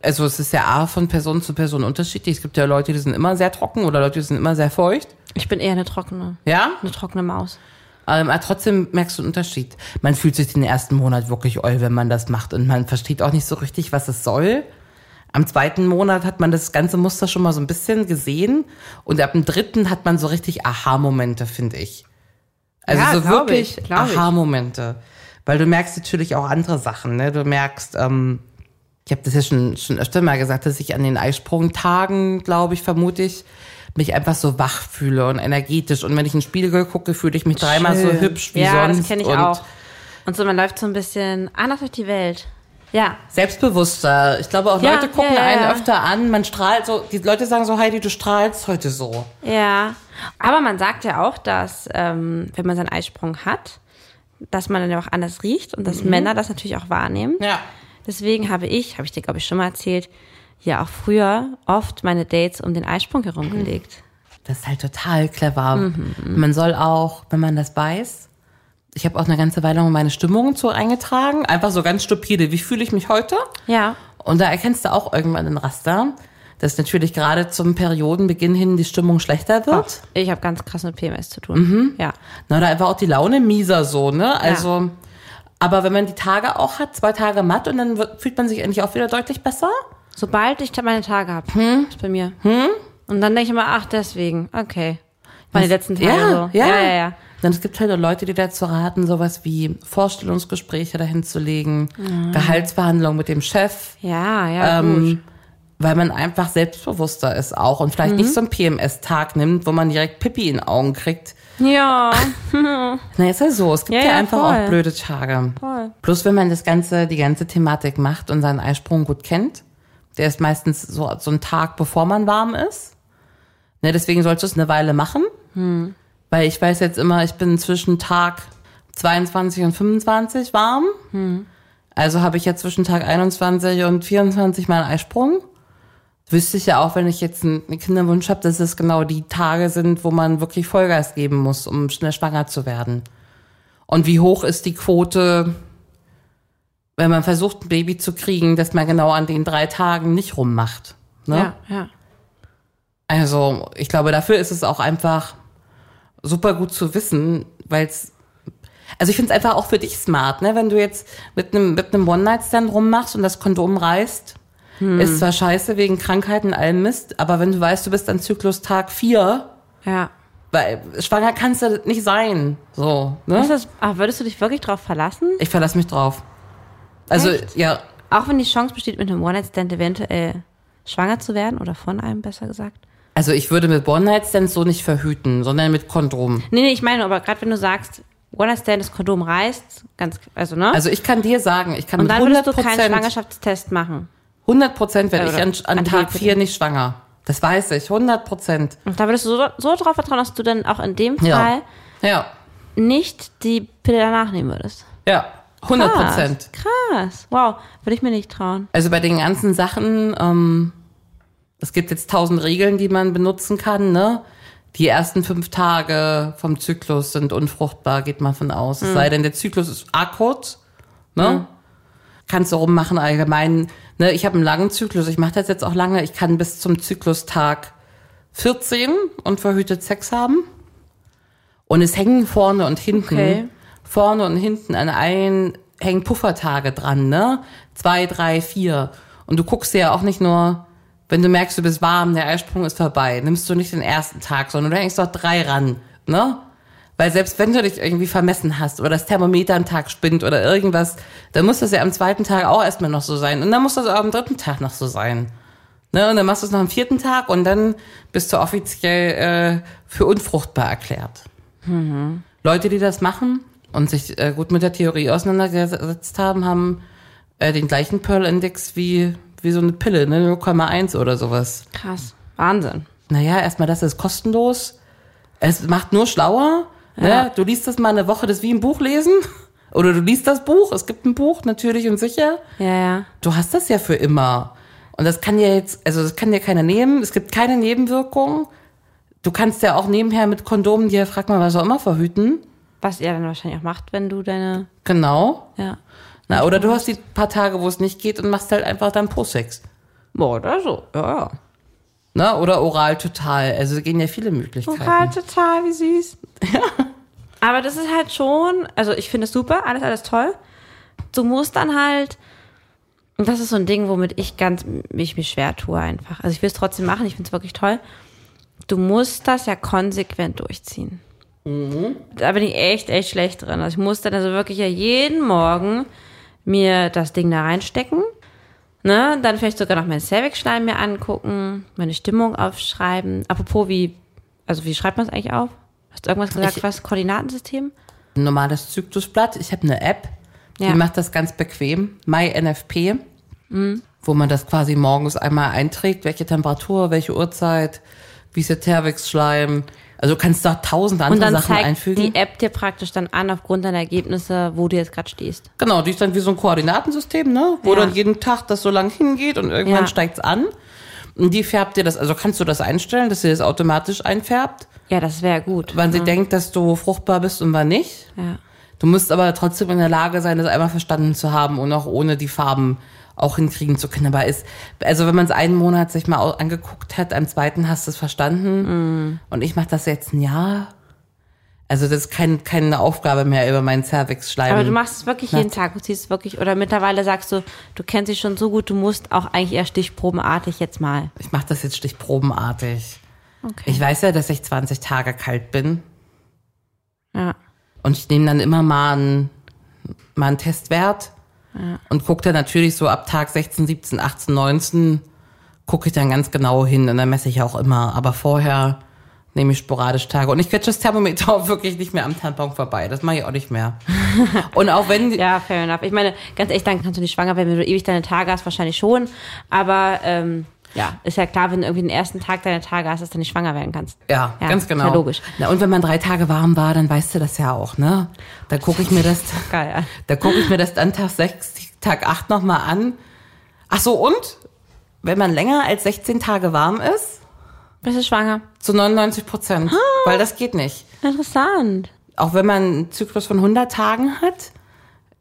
Speaker 2: Also es ist ja A von Person zu Person unterschiedlich. Es gibt ja Leute, die sind immer sehr trocken oder Leute, die sind immer sehr feucht.
Speaker 3: Ich bin eher eine trockene.
Speaker 2: Ja?
Speaker 3: Eine trockene Maus.
Speaker 2: Ähm, aber trotzdem merkst du einen Unterschied. Man fühlt sich den ersten Monat wirklich oll, wenn man das macht. Und man versteht auch nicht so richtig, was es soll. Am zweiten Monat hat man das ganze Muster schon mal so ein bisschen gesehen. Und ab dem dritten hat man so richtig Aha-Momente, finde ich. Also
Speaker 3: Ja,
Speaker 2: so
Speaker 3: glaub
Speaker 2: wirklich
Speaker 3: ich, glaub ich.
Speaker 2: Aha-Momente. Weil du merkst natürlich auch andere Sachen. Ne? Du merkst, ähm, ich habe das ja schon, schon öfter mal gesagt, dass ich an den Eisprungtagen, glaube ich, vermute ich, mich einfach so wach fühle und energetisch. Und wenn ich in den Spiegel gucke, fühle ich mich dreimal so
Speaker 3: Schön.
Speaker 2: hübsch wie
Speaker 3: ja,
Speaker 2: sonst.
Speaker 3: das kenne ich
Speaker 2: und
Speaker 3: auch. Und so, man läuft so ein bisschen anders durch die Welt. Ja.
Speaker 2: Selbstbewusster. Ich glaube, auch
Speaker 3: Ja,
Speaker 2: Leute gucken
Speaker 3: ja, ja,
Speaker 2: einen
Speaker 3: ja.
Speaker 2: öfter an. Man strahlt so, die Leute sagen so, Heidi, du strahlst heute so.
Speaker 3: Ja, aber man sagt ja auch, dass ähm, wenn man seinen Eisprung hat, dass man dann ja auch anders riecht und dass Männer das natürlich auch wahrnehmen.
Speaker 2: Mhm. Ja.
Speaker 3: Deswegen habe ich, habe ich dir glaube ich schon mal erzählt, ja auch früher oft meine Dates um den Eisprung herumgelegt.
Speaker 2: Das ist halt total clever.
Speaker 3: Mhm.
Speaker 2: Man soll auch, wenn man das weiß, ich habe auch eine ganze Weile lang meine Stimmungen so eingetragen, einfach so ganz stupide. Wie fühle ich mich heute?
Speaker 3: Ja.
Speaker 2: Und da erkennst du auch irgendwann den Raster, dass natürlich gerade zum Periodenbeginn hin die Stimmung schlechter wird.
Speaker 3: Ich habe ganz krass mit PMS zu
Speaker 2: Mhm.
Speaker 3: tun. Ja.
Speaker 2: Na, da war auch die Laune mieser so, ne? Also, aber wenn man die Tage auch hat, zwei Tage matt und dann wird, fühlt man sich eigentlich auch wieder deutlich besser.
Speaker 3: Sobald ich meine Tage habe,
Speaker 2: Hm?
Speaker 3: ist bei mir. Und dann denke ich immer, ach, deswegen, okay. Meine
Speaker 2: Das-
Speaker 3: letzten Tage
Speaker 2: ja,
Speaker 3: so.
Speaker 2: Ja,
Speaker 3: ja, ja. ja.
Speaker 2: Dann es gibt halt auch Leute, die dazu raten, sowas wie Vorstellungsgespräche dahin zu legen,
Speaker 3: Mhm.
Speaker 2: Gehaltsverhandlungen mit dem Chef,
Speaker 3: Ja, ja, gut. Mhm.
Speaker 2: ähm, weil man einfach selbstbewusster ist auch und vielleicht nicht so einen PMS-Tag nimmt, wo man direkt Pippi in den Augen kriegt.
Speaker 3: Ja,
Speaker 2: Na, ist ja so. Es gibt
Speaker 3: Ja,
Speaker 2: ja,
Speaker 3: ja,
Speaker 2: einfach
Speaker 3: voll.
Speaker 2: auch blöde Tage. Voll. Plus, wenn man das ganze, die ganze Thematik macht und seinen Eisprung gut kennt, der ist meistens so, so ein Tag, bevor man warm ist. Ne, deswegen sollst du es eine Weile machen.
Speaker 3: Hm.
Speaker 2: Weil ich weiß jetzt immer, ich bin zwischen Tag 22 und 25 warm. Also habe ich ja zwischen Tag 21 und 24 meinen Eisprung. Wüsste ich ja auch, wenn ich jetzt einen einen Kinderwunsch habe, dass es genau die Tage sind, wo man wirklich Vollgas geben muss, um schnell schwanger zu werden. Und wie hoch ist die Quote, wenn man versucht, ein Baby zu kriegen, dass man genau an den drei Tagen nicht rummacht. Ne?
Speaker 3: ja, ja.
Speaker 2: Also ich glaube, dafür ist es auch einfach super gut zu wissen, weil es also ich finde es einfach auch für dich smart, ne? Wenn du jetzt mit einem mit einem One-Night-Stand rummachst und das Kondom reißt,
Speaker 3: Hm.
Speaker 2: ist zwar scheiße wegen Krankheiten und allem Mist, aber wenn du weißt, du bist an Zyklus Tag 4,
Speaker 3: ja.
Speaker 2: weil schwanger kannst du nicht sein. So,
Speaker 3: Ist
Speaker 2: ne?
Speaker 3: das, ach, würdest du dich wirklich drauf verlassen?
Speaker 2: Ich verlasse mich drauf. Also, ja,
Speaker 3: Auch wenn die Chance besteht, mit einem One-Night-Stand eventuell schwanger zu werden oder von einem, besser gesagt.
Speaker 2: also ich würde mit One-Night-Stands so nicht verhüten, sondern mit Kondom.
Speaker 3: Nee, nee, ich meine, aber gerade wenn du sagst, One-Night-Stand, das Kondom reißt, ganz, also, ne?
Speaker 2: Also ich kann dir sagen, ich kann
Speaker 3: Und
Speaker 2: mit
Speaker 3: dann
Speaker 2: 100
Speaker 3: würdest du keinen
Speaker 2: Prozent
Speaker 3: Schwangerschaftstest machen.
Speaker 2: 100 Prozent werde
Speaker 3: Oder
Speaker 2: ich an, an
Speaker 3: an
Speaker 2: Tag
Speaker 3: Hefe.
Speaker 2: 4 nicht schwanger. Das weiß ich, 100 Prozent.
Speaker 3: Und da würdest du so, so drauf vertrauen, dass du dann auch in dem Fall
Speaker 2: Ja. Ja,
Speaker 3: nicht die Pille danach nehmen würdest. Ah,
Speaker 2: ja, 100 Prozent.
Speaker 3: Krass. Wow, würde ich mir nicht trauen.
Speaker 2: Also bei den ganzen Sachen, ähm, es gibt jetzt tausend Regeln, die man benutzen kann, ne? Die ersten fünf Tage vom Zyklus sind unfruchtbar, geht man von aus.
Speaker 3: Hm.
Speaker 2: Es sei denn, der Zyklus ist arg kurz, ne? Kannst du rummachen allgemein. Ne? Ich habe einen langen Zyklus, ich mache das jetzt auch lange. Ich kann bis zum Zyklustag 14 unverhütet Sex haben. Und es hängen vorne und hinten,
Speaker 3: Okay.
Speaker 2: vorne und hinten an allen hängen Puffertage dran, ne? Zwei, drei, vier. Und du guckst dir ja auch nicht nur, wenn du merkst, du bist warm, der Eisprung ist vorbei, nimmst du nicht den ersten Tag, sondern du hängst doch drei ran, ne? Weil selbst wenn du dich irgendwie vermessen hast oder das Thermometer am Tag spinnt oder irgendwas, dann muss das ja am zweiten Tag auch erstmal noch so sein. Und dann muss das auch am dritten Tag noch so sein. Ne? Und dann machst du es noch am vierten Tag und dann bist du offiziell äh, für unfruchtbar erklärt. Leute, die das machen und sich äh, gut mit der Theorie auseinandergesetzt haben, haben äh, den gleichen Pearl-Index wie, wie so eine Pille, ne? 0,1 oder sowas.
Speaker 3: Krass. Wahnsinn.
Speaker 2: Naja, erstmal, das ist kostenlos. Es macht nur schlauer. Ne? Du liest das mal eine Woche, das ist wie ein Buch lesen. *laughs* Oder du liest das Buch, es gibt ein Buch, natürlich und sicher.
Speaker 3: Ja, ja.
Speaker 2: Du hast das ja für immer. Und das kann dir jetzt, also das kann dir keiner nehmen. Es gibt keine Nebenwirkungen. Du kannst ja auch nebenher mit Kondomen dir, frag mal, was auch immer, verhüten.
Speaker 3: Was ihr dann wahrscheinlich auch macht, wenn du deine,
Speaker 2: Genau.
Speaker 3: ja.
Speaker 2: Na, oder du hast die paar Tage, wo es nicht geht und machst halt einfach dann Prosex.
Speaker 3: Oder so.
Speaker 2: Ja. Na, oder oral total. Also es gehen ja viele Möglichkeiten.
Speaker 3: Total, total, wie süß. Aber das ist halt schon, also ich finde es super, alles, alles toll. Du musst dann halt, und das ist so ein Ding, womit ich ganz, mich, mich schwer tue einfach. Also ich will es trotzdem machen, ich finde es wirklich toll. Du musst das ja konsequent durchziehen. Da bin ich echt, echt schlecht drin. Also ich muss dann also wirklich ja jeden Morgen mir das Ding da reinstecken. Ne, dann vielleicht sogar noch meinen Cervix-Schleim mir angucken, meine Stimmung aufschreiben. Apropos, wie, also wie schreibt man es eigentlich auf? Hast du irgendwas gesagt,
Speaker 2: Ich-
Speaker 3: was? Koordinatensystem?
Speaker 2: Ein normales Zyklusblatt. Ich habe eine App, die
Speaker 3: Ja.
Speaker 2: macht das ganz bequem. MyNFP,
Speaker 3: Mhm.
Speaker 2: wo man das quasi morgens einmal einträgt, welche Temperatur, welche Uhrzeit, wie ist der Tervix-Schleim. Also du kannst da tausend andere
Speaker 3: Und dann
Speaker 2: Sachen
Speaker 3: zeigt
Speaker 2: einfügen.
Speaker 3: die App dir praktisch dann an, aufgrund deiner Ergebnisse, wo du jetzt gerade stehst.
Speaker 2: Genau, die ist dann wie so ein Koordinatensystem, ne? Wo
Speaker 3: Ja.
Speaker 2: dann jeden Tag das so lang hingeht und irgendwann
Speaker 3: Ja.
Speaker 2: steigt's an. Und die färbt dir das, also kannst du das einstellen, dass sie das automatisch einfärbt,
Speaker 3: Ja, das wäre gut.
Speaker 2: wann sie denkt, dass du fruchtbar bist und wann nicht.
Speaker 3: Ja.
Speaker 2: Du musst aber trotzdem in der Lage sein, das einmal verstanden zu haben und auch ohne die Farben auch hinkriegen zu können. Aber ist, also wenn man es einen Monat sich mal au- angeguckt hat, am zweiten hast du es verstanden.
Speaker 3: Mhm.
Speaker 2: Und ich mache das jetzt ein Jahr. Also das ist kein, keine Aufgabe mehr über meinen Cervix schleimen.
Speaker 3: Aber du machst es wirklich jeden Tag, du ziehst es wirklich, oder mittlerweile sagst du, du kennst dich schon so gut, du musst auch eigentlich eher stichprobenartig jetzt mal.
Speaker 2: Ich mache das jetzt stichprobenartig.
Speaker 3: Okay.
Speaker 2: Ich weiß ja, dass ich 20 Tage kalt bin.
Speaker 3: Ja.
Speaker 2: Und ich nehme dann immer mal einen, mal einen Testwert und gucke dann natürlich so ab Tag 16, 17, 18, 19, gucke ich dann ganz genau hin und dann messe ich auch immer. Aber vorher nehme ich sporadisch Tage. Und ich quetsche das Thermometer *laughs* auch wirklich nicht mehr am Tampon vorbei. Das mache ich auch nicht
Speaker 3: *laughs*
Speaker 2: mehr. und auch wenn...
Speaker 3: Ja, fair enough. Ich meine, ganz ehrlich, dann kannst du nicht schwanger werden, wenn du ewig deine Tage hast, wahrscheinlich schon. Aber ähm, ja, ist ja klar, wenn du irgendwie den ersten Tag deiner Tage hast, dass du nicht schwanger werden kannst.
Speaker 2: Ja, ganz
Speaker 3: ist
Speaker 2: genau.
Speaker 3: Ja, logisch.
Speaker 2: Na, und wenn man drei Tage warm war, dann weißt du das ja auch, ne? Da gucke ich mir
Speaker 3: *laughs*
Speaker 2: das,
Speaker 3: Geil, ja.
Speaker 2: da gucke ich mir das an Tag 6, Tag 8 nochmal an. Ach so, und wenn man länger als 16 Tage warm ist,
Speaker 3: Bist du schwanger?
Speaker 2: zu 99 Prozent, weil das geht nicht.
Speaker 3: Interessant.
Speaker 2: Auch wenn man einen Zyklus von 100 Tagen hat,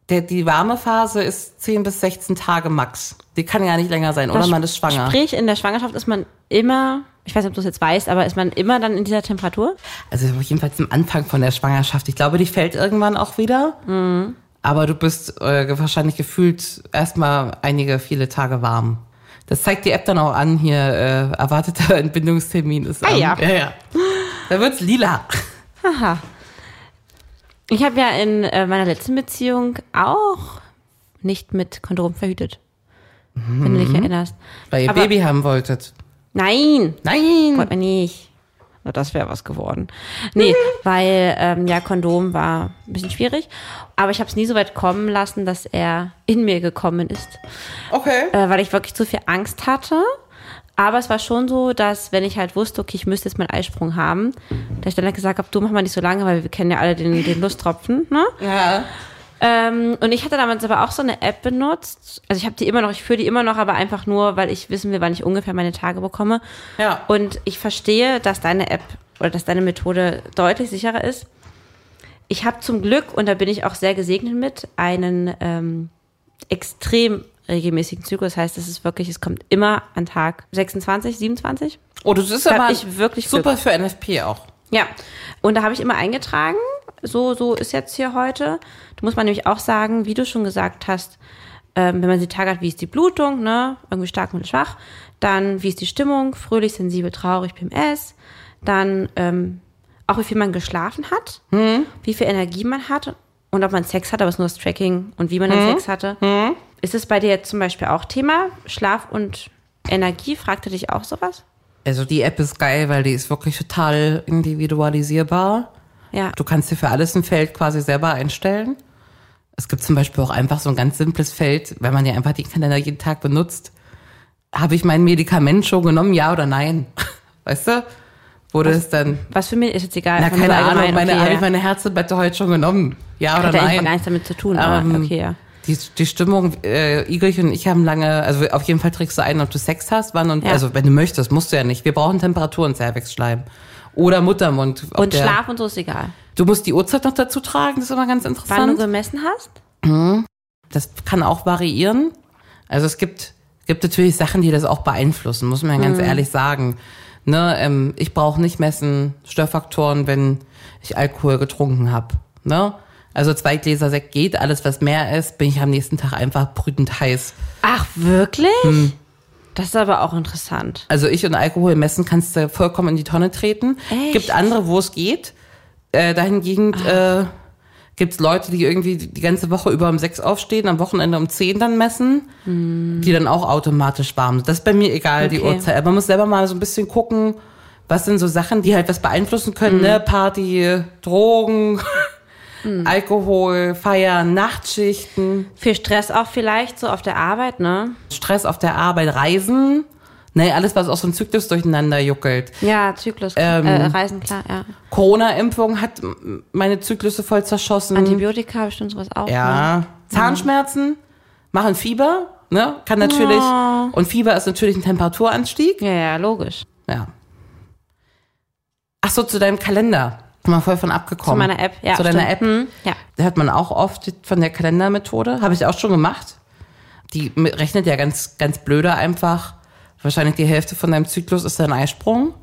Speaker 2: der, die warme Phase ist 10 bis 16 Tage max. Die kann ja nicht länger sein, oder man ist schwanger.
Speaker 3: Sprich, in der Schwangerschaft ist man immer, ich weiß nicht, ob du es jetzt weißt, aber ist man immer dann in dieser Temperatur?
Speaker 2: Also auf jeden Fall am Anfang von der Schwangerschaft. Ich glaube, die fällt irgendwann auch wieder. Aber du bist äh, wahrscheinlich gefühlt erstmal einige, viele Tage warm. Das zeigt die App dann auch an, hier äh, erwarteter *laughs* Entbindungstermin ist. am-
Speaker 3: Ah, ja.
Speaker 2: ja, ja. Da wird's lila.
Speaker 3: Aha. Ich habe ja in äh, meiner letzten Beziehung auch nicht mit Kondom verhütet. Wenn
Speaker 2: Mhm.
Speaker 3: du dich erinnerst.
Speaker 2: Weil ihr
Speaker 3: Aber-
Speaker 2: Baby haben wolltet.
Speaker 3: Nein!
Speaker 2: Nein!
Speaker 3: Wollte man nicht. Na, das wäre was geworden. Nee, weil ähm, ja, Kondom war ein bisschen schwierig. Aber ich habe es nie so weit kommen lassen, dass er in mir gekommen ist.
Speaker 2: Okay.
Speaker 3: Äh, weil ich wirklich zu viel Angst hatte. Aber es war schon so, dass wenn ich halt wusste, okay, ich müsste jetzt meinen Eisprung haben, dass ich dann halt gesagt habe, du mach mal nicht so lange, weil wir kennen ja alle den, den Lusttropfen, ne?
Speaker 2: Ja.
Speaker 3: Ähm, und ich hatte damals aber auch so eine App benutzt. Also ich habe die immer noch, ich führe die immer noch, aber einfach nur, weil ich wissen will, wann ich ungefähr meine Tage bekomme.
Speaker 2: Ja.
Speaker 3: Und ich verstehe, dass deine App oder dass deine Methode deutlich sicherer ist. Ich habe zum Glück, und da bin ich auch sehr gesegnet mit, einen ähm, extrem regelmäßigen Zyklus. Das heißt, es ist wirklich, es kommt immer an Tag 26, 27.
Speaker 2: Oh, das ist
Speaker 3: Da
Speaker 2: aber
Speaker 3: hab ich wirklich
Speaker 2: super für NFP auch.
Speaker 3: Ja, und da habe ich immer eingetragen, so, so ist jetzt hier heute. Da muss man nämlich auch sagen, wie du schon gesagt hast, ähm, wenn man die Tage hat, wie ist die Blutung, ne? Irgendwie stark oder schwach. Dann, wie ist die Stimmung? Fröhlich, sensibel, traurig, PMS. Dann ähm, auch, wie viel man geschlafen hat,
Speaker 2: Hm.
Speaker 3: wie viel Energie man hat und ob man Sex hat, aber es ist nur das Tracking und wie man
Speaker 2: Hm.
Speaker 3: den Sex hatte. Ist es bei dir jetzt zum Beispiel auch Thema? Schlaf und Energie, fragte dich auch sowas?
Speaker 2: Also die App ist geil, weil die ist wirklich total individualisierbar.
Speaker 3: Ja.
Speaker 2: Du kannst dir für alles ein Feld quasi selber einstellen. Es gibt zum Beispiel auch einfach so ein ganz simples Feld, wenn man ja einfach den Kalender jeden Tag benutzt. Habe ich mein Medikament schon genommen, ja oder nein? *laughs* Weißt du? Wurde es dann,
Speaker 3: Was für mich ist jetzt egal.
Speaker 2: na
Speaker 3: einfach nur
Speaker 2: keine Ahnung,
Speaker 3: allgemein,
Speaker 2: meine,
Speaker 3: okay,
Speaker 2: habe
Speaker 3: ja.
Speaker 2: ich meine Herztablette heute schon genommen? Ja oder
Speaker 3: Hat ja eigentlich
Speaker 2: nein?
Speaker 3: gar nichts damit zu tun, aber
Speaker 2: Ähm,
Speaker 3: Ah, okay, ja.
Speaker 2: Die, die Stimmung, äh, Igelchen und ich haben lange, also auf jeden Fall trägst du ein, ob du Sex hast, wann und,
Speaker 3: Ja.
Speaker 2: also wenn du möchtest, musst du ja nicht. Wir brauchen Temperatur und Cervixschleim. Oder Muttermund. ob
Speaker 3: Und
Speaker 2: der-
Speaker 3: Schlaf und so ist egal.
Speaker 2: Du musst die Uhrzeit noch dazu tragen, das ist immer ganz
Speaker 3: Wann du
Speaker 2: interessant.
Speaker 3: gemessen hast?
Speaker 2: Das kann auch variieren. Also es gibt, gibt natürlich Sachen, die das auch beeinflussen, muss man ja ganz ehrlich sagen. Ne, ähm, ich brauche nicht messen Störfaktoren, wenn ich Alkohol getrunken habe. Ne? Also zwei Gläser Sekt geht, alles was mehr ist, bin ich am nächsten Tag einfach brütend heiß.
Speaker 3: Ach, wirklich? Das ist aber auch interessant.
Speaker 2: Also ich und Alkohol messen kannst du vollkommen in die Tonne treten.
Speaker 3: Echt?
Speaker 2: Gibt andere, wo es geht. Äh, dahingegen
Speaker 3: Ah.
Speaker 2: äh, gibt es Leute, die irgendwie die ganze Woche über um sechs aufstehen, am Wochenende um zehn dann messen, die dann auch automatisch warm sind. Das ist bei mir egal, die
Speaker 3: Hm. Okay.
Speaker 2: Uhrzeit. Aber man muss selber mal so ein bisschen gucken, was sind so Sachen, die halt was beeinflussen
Speaker 3: Hm.
Speaker 2: können, ne? Party, Drogen,
Speaker 3: Hm.
Speaker 2: Alkohol, Feiern, Nachtschichten.
Speaker 3: Viel Stress auch vielleicht, so auf der Arbeit, ne?
Speaker 2: Stress auf der Arbeit, Reisen, ne, alles, was auch so ein Zyklus durcheinander juckelt.
Speaker 3: Ja, Zyklus,
Speaker 2: Ähm,
Speaker 3: äh, Reisen, klar, ja.
Speaker 2: Corona-Impfung hat m- meine Zyklusse voll zerschossen.
Speaker 3: Antibiotika bestimmt sowas auch. Ne?
Speaker 2: ja. Zahnschmerzen machen Fieber, ne? Kann natürlich. Und Fieber ist natürlich ein Temperaturanstieg.
Speaker 3: Ja, ja, logisch.
Speaker 2: Ja. Ach so, zu deinem Kalender. Bin mal voll von
Speaker 3: Zu
Speaker 2: abgekommen.
Speaker 3: meiner App, ja.
Speaker 2: Zu deiner
Speaker 3: stimmt.
Speaker 2: App.
Speaker 3: Hm, ja.
Speaker 2: Da hört man auch oft von der Kalendermethode. Habe ich auch schon gemacht. Die mit- rechnet ja ganz, ganz blöde einfach. Wahrscheinlich die Hälfte von deinem Zyklus ist dein Eisprung.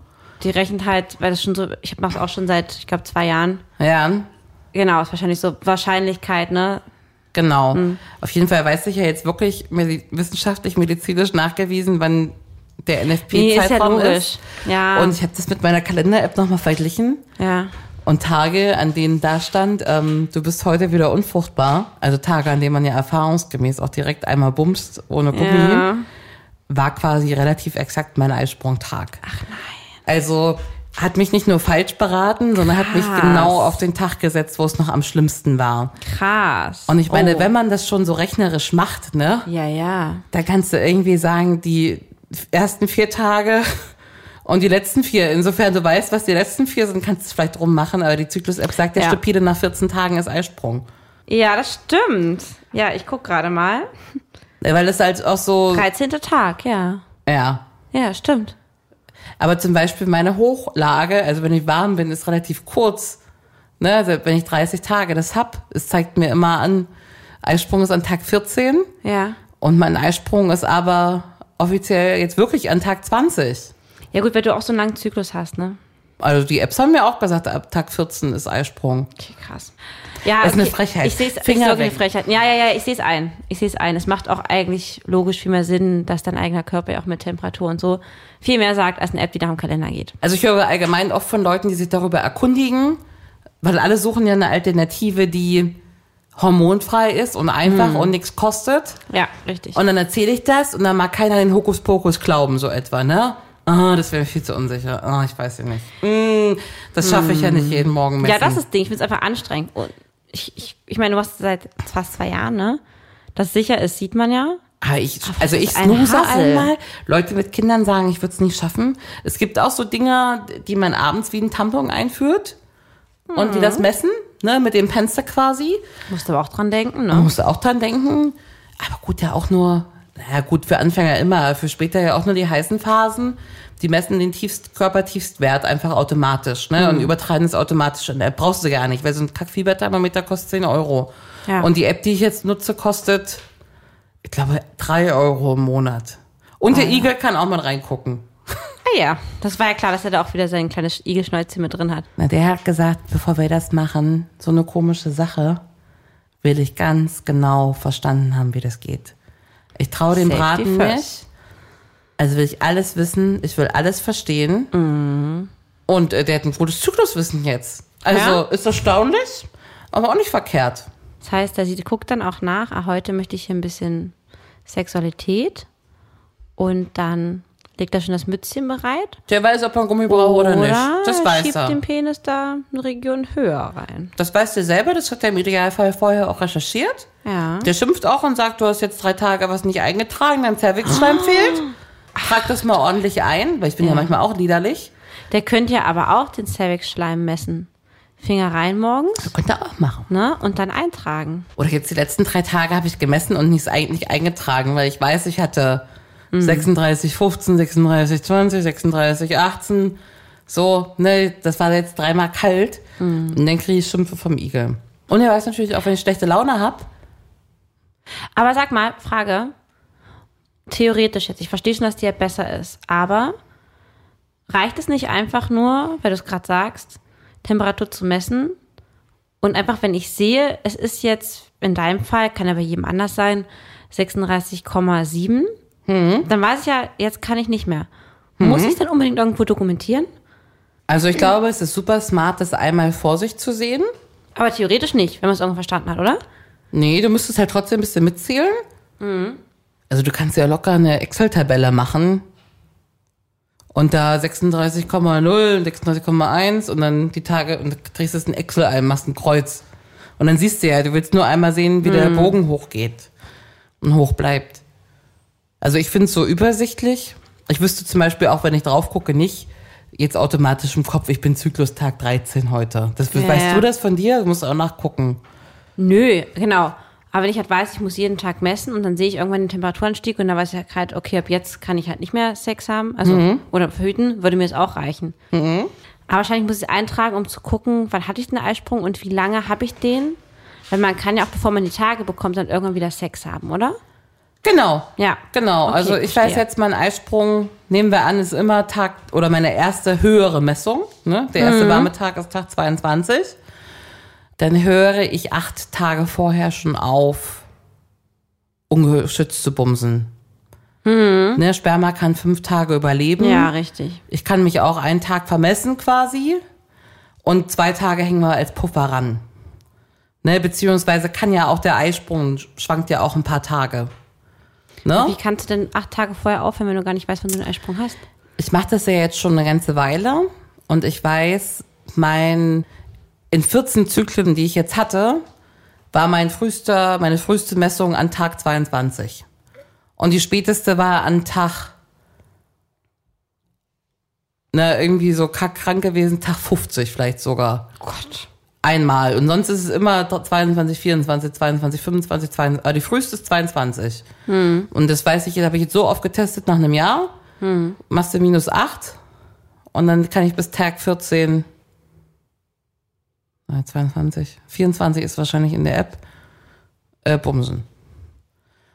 Speaker 3: Die rechnet halt, weil das schon so, ich mache es auch schon seit, ich glaube, zwei Jahren.
Speaker 2: Ja,
Speaker 3: Genau, ist wahrscheinlich so Wahrscheinlichkeit, ne?
Speaker 2: genau.
Speaker 3: Mhm.
Speaker 2: Auf jeden Fall weiß ich ja jetzt wirklich medi- wissenschaftlich, medizinisch nachgewiesen, wann der
Speaker 3: Nee, ist ja
Speaker 2: NFP-Zeitraum
Speaker 3: logisch. Ah.
Speaker 2: ist.
Speaker 3: Ja.
Speaker 2: Und ich habe das mit meiner Kalender-App nochmal verglichen.
Speaker 3: ja.
Speaker 2: Und Tage, an denen da stand, ähm, du bist heute wieder unfruchtbar, also Tage, an denen man ja erfahrungsgemäß auch direkt einmal bumst ohne Gummi,
Speaker 3: Ja.
Speaker 2: war quasi relativ exakt mein Eisprungtag. Ach nein. Also hat mich nicht nur falsch beraten, sondern hat mich
Speaker 3: Krass.
Speaker 2: genau auf den Tag gesetzt, wo es noch am schlimmsten war.
Speaker 3: Krass.
Speaker 2: Und ich meine,
Speaker 3: Oh.
Speaker 2: wenn man das schon so rechnerisch macht, ne,
Speaker 3: Ja, ja.
Speaker 2: da kannst du irgendwie sagen, die ersten vier Tage *laughs* und die letzten vier. Insofern du weißt, was die letzten vier sind, kannst du es vielleicht drum machen, aber die Zyklus-App sagt, der
Speaker 3: Ja.
Speaker 2: stupide nach 14 Tagen ist Eisprung.
Speaker 3: Ja, das stimmt. Ja, ich guck gerade mal.
Speaker 2: Äh, Weil das halt auch so,
Speaker 3: 13. Tag, ja.
Speaker 2: ja.
Speaker 3: Ja, stimmt.
Speaker 2: Aber zum Beispiel meine Hochlage, also wenn ich warm bin, ist relativ kurz. Ne? Also wenn ich 30 Tage das hab, es zeigt mir immer an, Eisprung ist an Tag 14
Speaker 3: Ja.
Speaker 2: und mein Eisprung ist aber offiziell jetzt wirklich an Tag 20.
Speaker 3: Ja, gut, weil du auch so einen langen Zyklus hast, ne?
Speaker 2: Also die Apps haben mir auch gesagt, ab Tag 14 ist Eisprung.
Speaker 3: Okay, krass. Ja,
Speaker 2: Ist eine
Speaker 3: okay.
Speaker 2: Frechheit.
Speaker 3: Ich sehe es
Speaker 2: Finger
Speaker 3: eine
Speaker 2: weg.
Speaker 3: Frechheit. Ja, ja, ja, ich sehe es ein. Ich sehe es ein. Es macht auch eigentlich logisch viel mehr Sinn, dass dein eigener Körper ja auch mit Temperatur und so viel mehr sagt, als eine App, die nach dem Kalender geht.
Speaker 2: Also ich höre allgemein oft von Leuten, die sich darüber erkundigen, weil alle suchen ja eine Alternative, die hormonfrei ist und einfach
Speaker 3: Mhm.
Speaker 2: und nichts kostet.
Speaker 3: Ja, richtig.
Speaker 2: Und dann erzähle ich das und dann mag keiner den Hokuspokus glauben, so etwa, ne? Ah, das wäre mir viel zu unsicher. Ah, ich weiß ja nicht. Mm, das schaffe ich ja nicht jeden Morgen messen.
Speaker 3: ja, das ist das Ding. Ich find's einfach anstrengend. Und ich, ich, ich meine, du machst es seit fast zwei Jahren, ne? Dass es sicher ist, sieht man ja.
Speaker 2: Ah, ich, also ich
Speaker 3: ist ein
Speaker 2: snooze
Speaker 3: Hassel.
Speaker 2: einmal. Leute mit Kindern sagen, ich würde es nicht schaffen. Es gibt auch so Dinger, die man abends wie einen Tampon einführt
Speaker 3: Mhm.
Speaker 2: und die das messen, ne, mit dem Penster quasi.
Speaker 3: Musst aber auch dran denken,
Speaker 2: Man
Speaker 3: ne?
Speaker 2: muss auch dran denken. Aber gut, ja auch nur, naja gut, für Anfänger immer, für später ja auch nur die heißen Phasen. Die messen den Tiefst, Körpertiefstwert einfach automatisch, ne?
Speaker 3: Mhm.
Speaker 2: Und übertreiben es automatisch in der App. Brauchst du gar nicht, weil so ein Kackfieberthermometer kostet 10 Euro.
Speaker 3: Ja.
Speaker 2: Und die App, die ich jetzt nutze, kostet, ich glaube, 3 Euro im Monat. Und der Igel kann auch mal reingucken.
Speaker 3: Ah ja, das war ja klar, dass er da auch wieder sein kleines Igelschnäuzchen mit drin hat.
Speaker 2: Na, der hat gesagt, bevor wir das machen, so eine komische Sache, will ich ganz genau verstanden haben, wie das geht. Ich traue dem
Speaker 3: Safety
Speaker 2: Braten
Speaker 3: first.
Speaker 2: nicht. Also will ich alles wissen, ich will alles verstehen. Und äh, der hat ein gutes Zykluswissen jetzt. Also
Speaker 3: Mhm. Ja.
Speaker 2: ist erstaunlich, aber auch nicht verkehrt.
Speaker 3: Das heißt, er sieht, guckt dann auch nach, ah, heute möchte ich hier ein bisschen Sexualität. Und dann legt er schon das Mützchen bereit.
Speaker 2: Der weiß, ob man Gummi braucht oder, nicht. Das
Speaker 3: er
Speaker 2: weiß
Speaker 3: schiebt
Speaker 2: er.
Speaker 3: den Penis da eine Region höher rein.
Speaker 2: Das weiß der selber, das hat er im Idealfall vorher auch recherchiert.
Speaker 3: Ja.
Speaker 2: Hm? Der schimpft auch und sagt, du hast jetzt drei Tage was nicht eingetragen, dein Cervixschleim fehlt. Trag das mal ordentlich ein, weil ich bin Ah. ja, manchmal auch liederlich.
Speaker 3: Der könnte ja aber auch den Cervix-Schleim messen. Finger rein morgens,
Speaker 2: Könnt ihr auch machen.
Speaker 3: ne? Und dann eintragen.
Speaker 2: Oder jetzt die letzten drei Tage habe ich gemessen und nichts eigentlich eingetragen, weil ich weiß, ich hatte 36, 15, 36, 20, 36, 18. So, ne, das war jetzt dreimal kalt. Und dann kriege ich Schimpfe vom Igel. Und er weiß natürlich auch, wenn ich schlechte Laune habe,
Speaker 3: Aber sag mal, Frage. Theoretisch jetzt, ich verstehe schon, dass die ja besser ist, aber reicht es nicht einfach nur, weil du es gerade sagst, Temperatur zu messen und einfach, wenn ich sehe, es ist jetzt in deinem Fall, kann ja bei jedem anders sein, 36,7, dann weiß ich ja, jetzt kann ich nicht mehr. Muss ich dann unbedingt irgendwo dokumentieren?
Speaker 2: also ich glaube, es ist super smart, das einmal vor sich zu sehen.
Speaker 3: Aber theoretisch nicht, wenn man es irgendwo verstanden hat, oder?
Speaker 2: Nee, du müsstest halt trotzdem ein bisschen mitzählen.
Speaker 3: Mhm.
Speaker 2: Also du kannst ja locker eine Excel-Tabelle machen und da 36,0 und 36,1 und dann die Tage und drehst es in Excel ein, machst ein Kreuz. Und dann siehst du ja, du willst nur einmal sehen, wie der
Speaker 3: Mhm.
Speaker 2: Bogen hochgeht und hoch bleibt. Also ich finde es so übersichtlich. Ich wüsste zum Beispiel auch, wenn ich drauf gucke, nicht jetzt automatisch im Kopf, ich bin Zyklustag 13 heute. Das,
Speaker 3: Ja,
Speaker 2: Weißt
Speaker 3: ja.
Speaker 2: du das von dir? Du musst auch nachgucken.
Speaker 3: Nö, genau. Aber wenn ich halt weiß, ich muss jeden Tag messen und dann sehe ich irgendwann den Temperaturanstieg und dann weiß ich halt, okay, ab jetzt kann ich halt nicht mehr Sex haben, also oder verhüten, würde mir das auch reichen. Mhm. Aber wahrscheinlich muss ich es eintragen, um zu gucken, wann hatte ich den Eisprung und wie lange habe ich den? Weil man kann ja auch, bevor man die Tage bekommt, dann irgendwann wieder Sex haben, oder?
Speaker 2: Genau.
Speaker 3: Ja.
Speaker 2: Genau.
Speaker 3: Okay,
Speaker 2: also ich weiß
Speaker 3: verstehe.
Speaker 2: jetzt, mein Eisprung, nehmen wir an, ist immer Tag oder meine erste höhere Messung. Ne? Der
Speaker 3: Mhm.
Speaker 2: erste warme Tag ist Tag 22. Dann höre ich acht Tage vorher schon auf, ungeschützt zu bumsen. Ne, Sperma kann fünf Tage überleben.
Speaker 3: Mhm. Ja, richtig.
Speaker 2: Ich kann mich auch einen Tag vermessen quasi und zwei Tage hängen wir als Puffer ran. Ne, beziehungsweise kann ja auch der Eisprung schwankt ja auch ein paar Tage.
Speaker 3: Wie
Speaker 2: Ne?
Speaker 3: kannst du denn acht Tage vorher aufhören, wenn du gar nicht weißt, wann du einen Eisprung hast?
Speaker 2: Ich mache das ja jetzt schon eine ganze Weile und ich weiß, mein in 14 Zyklen, die ich jetzt hatte, war mein frühester, meine früheste Messung an Tag 22. Und die späteste war an Tag ne, irgendwie so krank gewesen, Tag 50 vielleicht sogar. Gott. Einmal. Und sonst ist es immer 22, 24, 22, 25, 22. Aber äh, die früheste ist 22. Und das weiß ich, jetzt habe ich jetzt so oft getestet nach einem Jahr. Machst du minus 8. Und dann kann ich bis Tag 14, äh, 22, 24 ist wahrscheinlich in der App, äh, bumsen.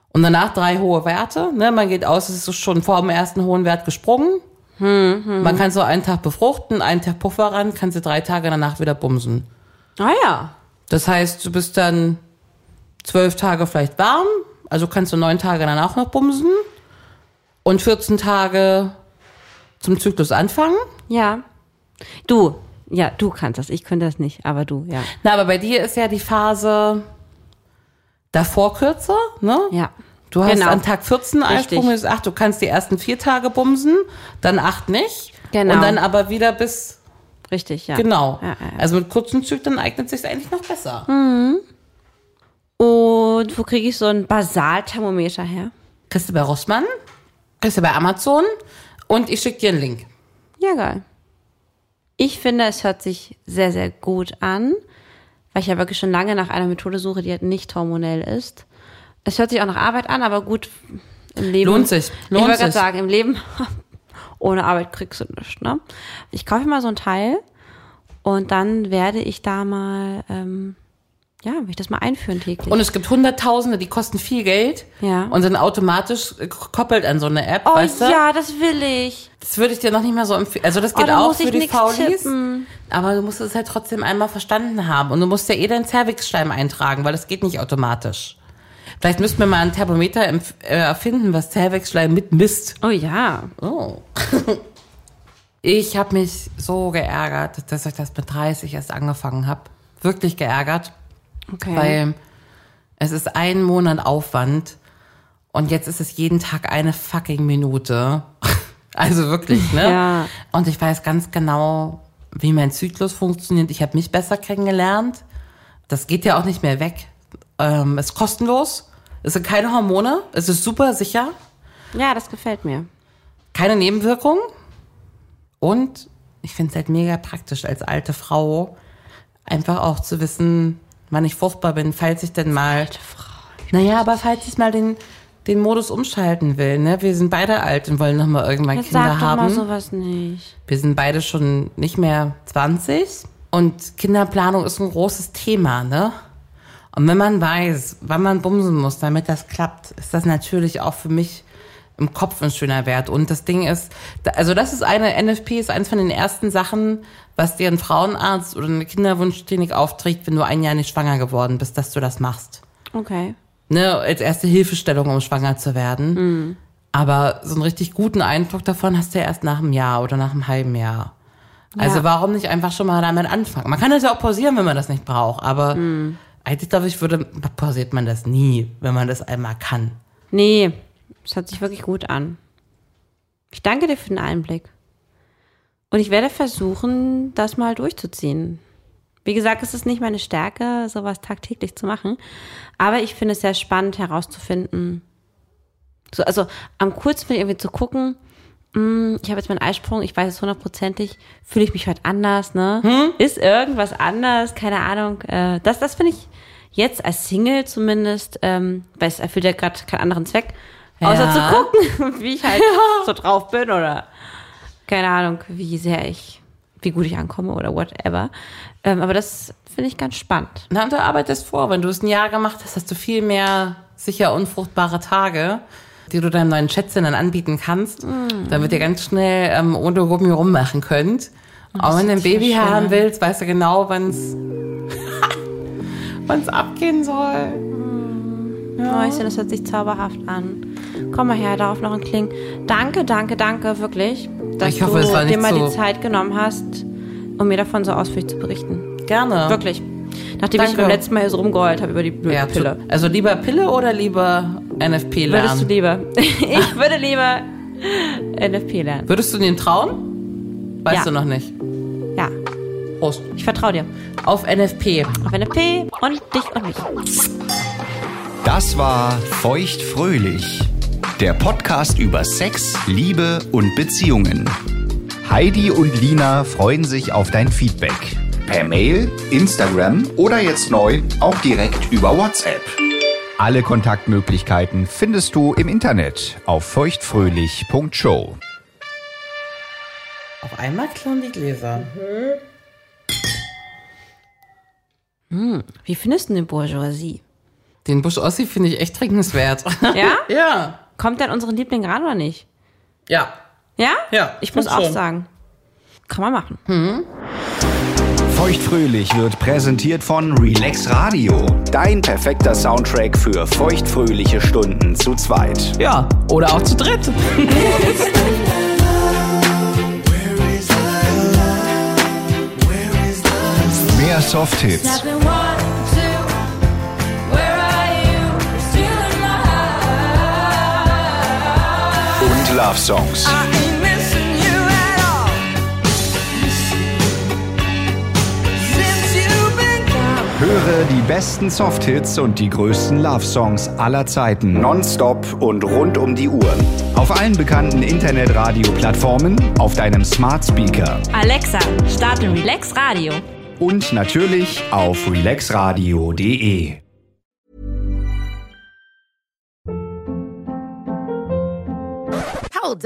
Speaker 2: Und danach drei hohe Werte. Ne? Man geht aus, es ist schon vor dem ersten hohen Wert gesprungen. Man kann so einen Tag befruchten, einen Tag Puffer ran, kannst du drei Tage danach wieder bumsen.
Speaker 3: Ah ja.
Speaker 2: Das heißt, du bist dann zwölf Tage vielleicht warm, also kannst du neun Tage dann auch noch bumsen und 14 Tage zum Zyklus anfangen.
Speaker 3: Ja. Du. Ja, du kannst das. Ich könnte das nicht, aber du, ja.
Speaker 2: Na, aber bei dir ist ja die Phase davor kürzer, ne?
Speaker 3: Ja.
Speaker 2: Du hast
Speaker 3: Genau.
Speaker 2: an Tag 14 Eisprung
Speaker 3: Richtig.
Speaker 2: bis 8, du kannst die ersten vier Tage bumsen, dann acht nicht.
Speaker 3: Genau.
Speaker 2: Und dann aber wieder bis
Speaker 3: Richtig, ja.
Speaker 2: Genau.
Speaker 3: Ja, ja, ja.
Speaker 2: Also mit kurzen Zyklen eignet sich eigentlich noch besser.
Speaker 3: Und wo kriege ich so ein Basalthermometer her?
Speaker 2: Kriegst du bei Rossmann, kriegst du bei Amazon und ich schicke dir einen Link.
Speaker 3: Ja, geil. Ich finde, es hört sich sehr, sehr gut an, weil ich ja wirklich schon lange nach einer Methode suche, die halt nicht hormonell ist. Es hört sich auch nach Arbeit an, aber gut, im Leben.
Speaker 2: Lohnt sich, lohnt
Speaker 3: ich wollte gerade
Speaker 2: sich.
Speaker 3: sagen, im Leben *laughs* ohne Arbeit kriegst du nichts, ne? Ich kaufe mir mal so ein Teil und dann werde ich da mal, ähm, ja, will ich das mal einführen täglich.
Speaker 2: Und es gibt Hunderttausende, die kosten viel Geld
Speaker 3: Ja.
Speaker 2: und sind automatisch gekoppelt an so eine App,
Speaker 3: oh
Speaker 2: weißt du?
Speaker 3: ja, das will ich.
Speaker 2: Das würde ich dir noch nicht mal so empfehlen. Also das
Speaker 3: Oh,
Speaker 2: geht
Speaker 3: da
Speaker 2: auch
Speaker 3: muss
Speaker 2: für
Speaker 3: ich
Speaker 2: die
Speaker 3: nix
Speaker 2: Faulis.
Speaker 3: tippen.
Speaker 2: Aber du musst es halt trotzdem einmal verstanden haben. Und du musst ja eh deinen Cervixschleim eintragen, weil das geht nicht automatisch. Vielleicht müssten wir mal ein Thermometer empf- äh, erfinden, was Cervixschleim mitmisst.
Speaker 3: Oh ja.
Speaker 2: Oh. *laughs* Ich habe mich so geärgert, dass ich das mit 30 erst angefangen habe. Wirklich geärgert,
Speaker 3: Okay.
Speaker 2: weil es ist ein Monat Aufwand und jetzt ist es jeden Tag eine fucking Minute. *laughs* Also wirklich, ne?
Speaker 3: Ja.
Speaker 2: Und ich weiß ganz genau, wie mein Zyklus funktioniert. Ich habe mich besser kennengelernt. Das geht ja auch nicht mehr weg. Ähm, ist kostenlos. Es sind keine Hormone. Es ist super sicher
Speaker 3: ja, das gefällt mir.
Speaker 2: keine Nebenwirkungen und ich finde es halt mega praktisch als alte Frau einfach auch zu wissen, wann ich fruchtbar bin, falls ich denn mal. Alte Frau. Naja, aber falls ich mal den, den Modus umschalten will, ne? Wir sind beide alt und wollen nochmal irgendwann
Speaker 3: Jetzt
Speaker 2: Kinder
Speaker 3: sag doch
Speaker 2: haben.
Speaker 3: mal sowas nicht.
Speaker 2: Wir sind beide schon nicht mehr 20 und Kinderplanung ist ein großes Thema, ne? Und wenn man weiß, wann man bumsen muss, damit das klappt, ist das natürlich auch für mich im Kopf ein schöner Wert. Und das Ding ist, da- also das ist eine, NFP ist eins von den ersten Sachen, was dir ein Frauenarzt oder eine Kinderwunschklinik aufträgt, wenn du ein Jahr nicht schwanger geworden bist, dass du das machst
Speaker 3: Okay.
Speaker 2: ne, als erste Hilfestellung, um schwanger zu werden. Aber so einen richtig guten Eindruck davon hast du ja erst nach einem Jahr oder nach einem halben Jahr. Also
Speaker 3: Ja.
Speaker 2: warum nicht einfach schon mal damit anfangen? Man kann das ja auch pausieren, wenn man das nicht braucht, aber eigentlich glaube ich, würde, pausiert man das nie, wenn man das einmal kann.
Speaker 3: Nee, es hört sich wirklich gut an. Ich danke dir für den Einblick. Und ich werde versuchen, das mal durchzuziehen. Wie gesagt, es ist nicht meine Stärke, sowas tagtäglich zu machen. Aber ich finde es sehr spannend herauszufinden. So, also am kurzen irgendwie zu gucken, mm, ich habe jetzt meinen Eisprung, ich weiß es hundertprozentig, fühle ich mich heute anders, ne? Ist irgendwas anders, keine Ahnung. Äh, das das finde ich jetzt als Single zumindest, ähm, weil es erfüllt ja gerade keinen anderen Zweck, außer
Speaker 2: Ja.
Speaker 3: zu *laughs* gucken, wie ich halt so drauf bin oder keine Ahnung, wie sehr ich wie gut ich ankomme oder whatever. Ähm, aber das finde ich ganz spannend.
Speaker 2: Na, und du arbeitest vor. Wenn du es ein Jahr gemacht hast, hast du viel mehr sicher unfruchtbare Tage, die du deinem neuen Schätzchen dann anbieten kannst, damit ihr ganz schnell ähm, ohne Gummi rummachen könnt. Aber wenn du ein Baby haben willst, weißt du genau, wann es *laughs* wann's abgehen soll.
Speaker 3: Mäuschen, das hört sich zauberhaft an. Komm mal her, darauf noch ein Kling. Danke, danke, danke, wirklich, dass
Speaker 2: Ich hoffe,
Speaker 3: du
Speaker 2: es war
Speaker 3: dir
Speaker 2: nicht
Speaker 3: mal
Speaker 2: so-
Speaker 3: die Zeit genommen hast, um mir davon so ausführlich zu berichten.
Speaker 2: Gerne.
Speaker 3: Wirklich. Nachdem ich
Speaker 2: Ah. Danke.
Speaker 3: beim letzten Mal hier so rumgeheult habe über die blöde
Speaker 2: Ja,
Speaker 3: Pille.
Speaker 2: Pille. Also lieber Pille oder lieber NFP lernen?
Speaker 3: Würdest du lieber? *laughs* ich würde lieber NFP lernen.
Speaker 2: Würdest du dem trauen? Weißt
Speaker 3: Ja.
Speaker 2: du noch nicht.
Speaker 3: Ja,
Speaker 2: Prost.
Speaker 3: ich vertraue dir.
Speaker 2: Auf NFP.
Speaker 3: Auf NFP und dich und mich.
Speaker 1: Das war Feuchtfröhlich, der Podcast über Sex, Liebe und Beziehungen. Heidi und Lina freuen sich auf dein Feedback. Per Mail, Instagram oder jetzt neu auch direkt über WhatsApp. Alle Kontaktmöglichkeiten findest du im Internet auf feuchtfröhlich.show.
Speaker 2: Auf einmal klauen die Gläser.
Speaker 3: Wie findest du den Bourgeoisie?
Speaker 2: Den Busch Ossi finde ich echt trinkenswert.
Speaker 3: Ja?
Speaker 2: *laughs* ja.
Speaker 3: Kommt denn unseren Liebling ran oder nicht?
Speaker 2: Ja.
Speaker 3: Ja?
Speaker 2: Ja,
Speaker 3: Ich muss
Speaker 2: kommt
Speaker 3: auch
Speaker 2: schon.
Speaker 3: sagen. Kann man machen.
Speaker 1: Feuchtfröhlich wird präsentiert von Relax Radio. Dein perfekter Soundtrack für feuchtfröhliche Stunden zu zweit.
Speaker 2: Ja. Oder auch zu dritt.
Speaker 1: Mehr Softhits. und Love Songs. Höre die besten Softhits und die größten Love Songs aller Zeiten. Nonstop und rund um die Uhr. Auf allen bekannten Internetradio-Plattformen, auf deinem Smart Speaker
Speaker 3: Alexa, starte Relax Radio.
Speaker 1: und natürlich auf relaxradio.de.
Speaker 5: Hold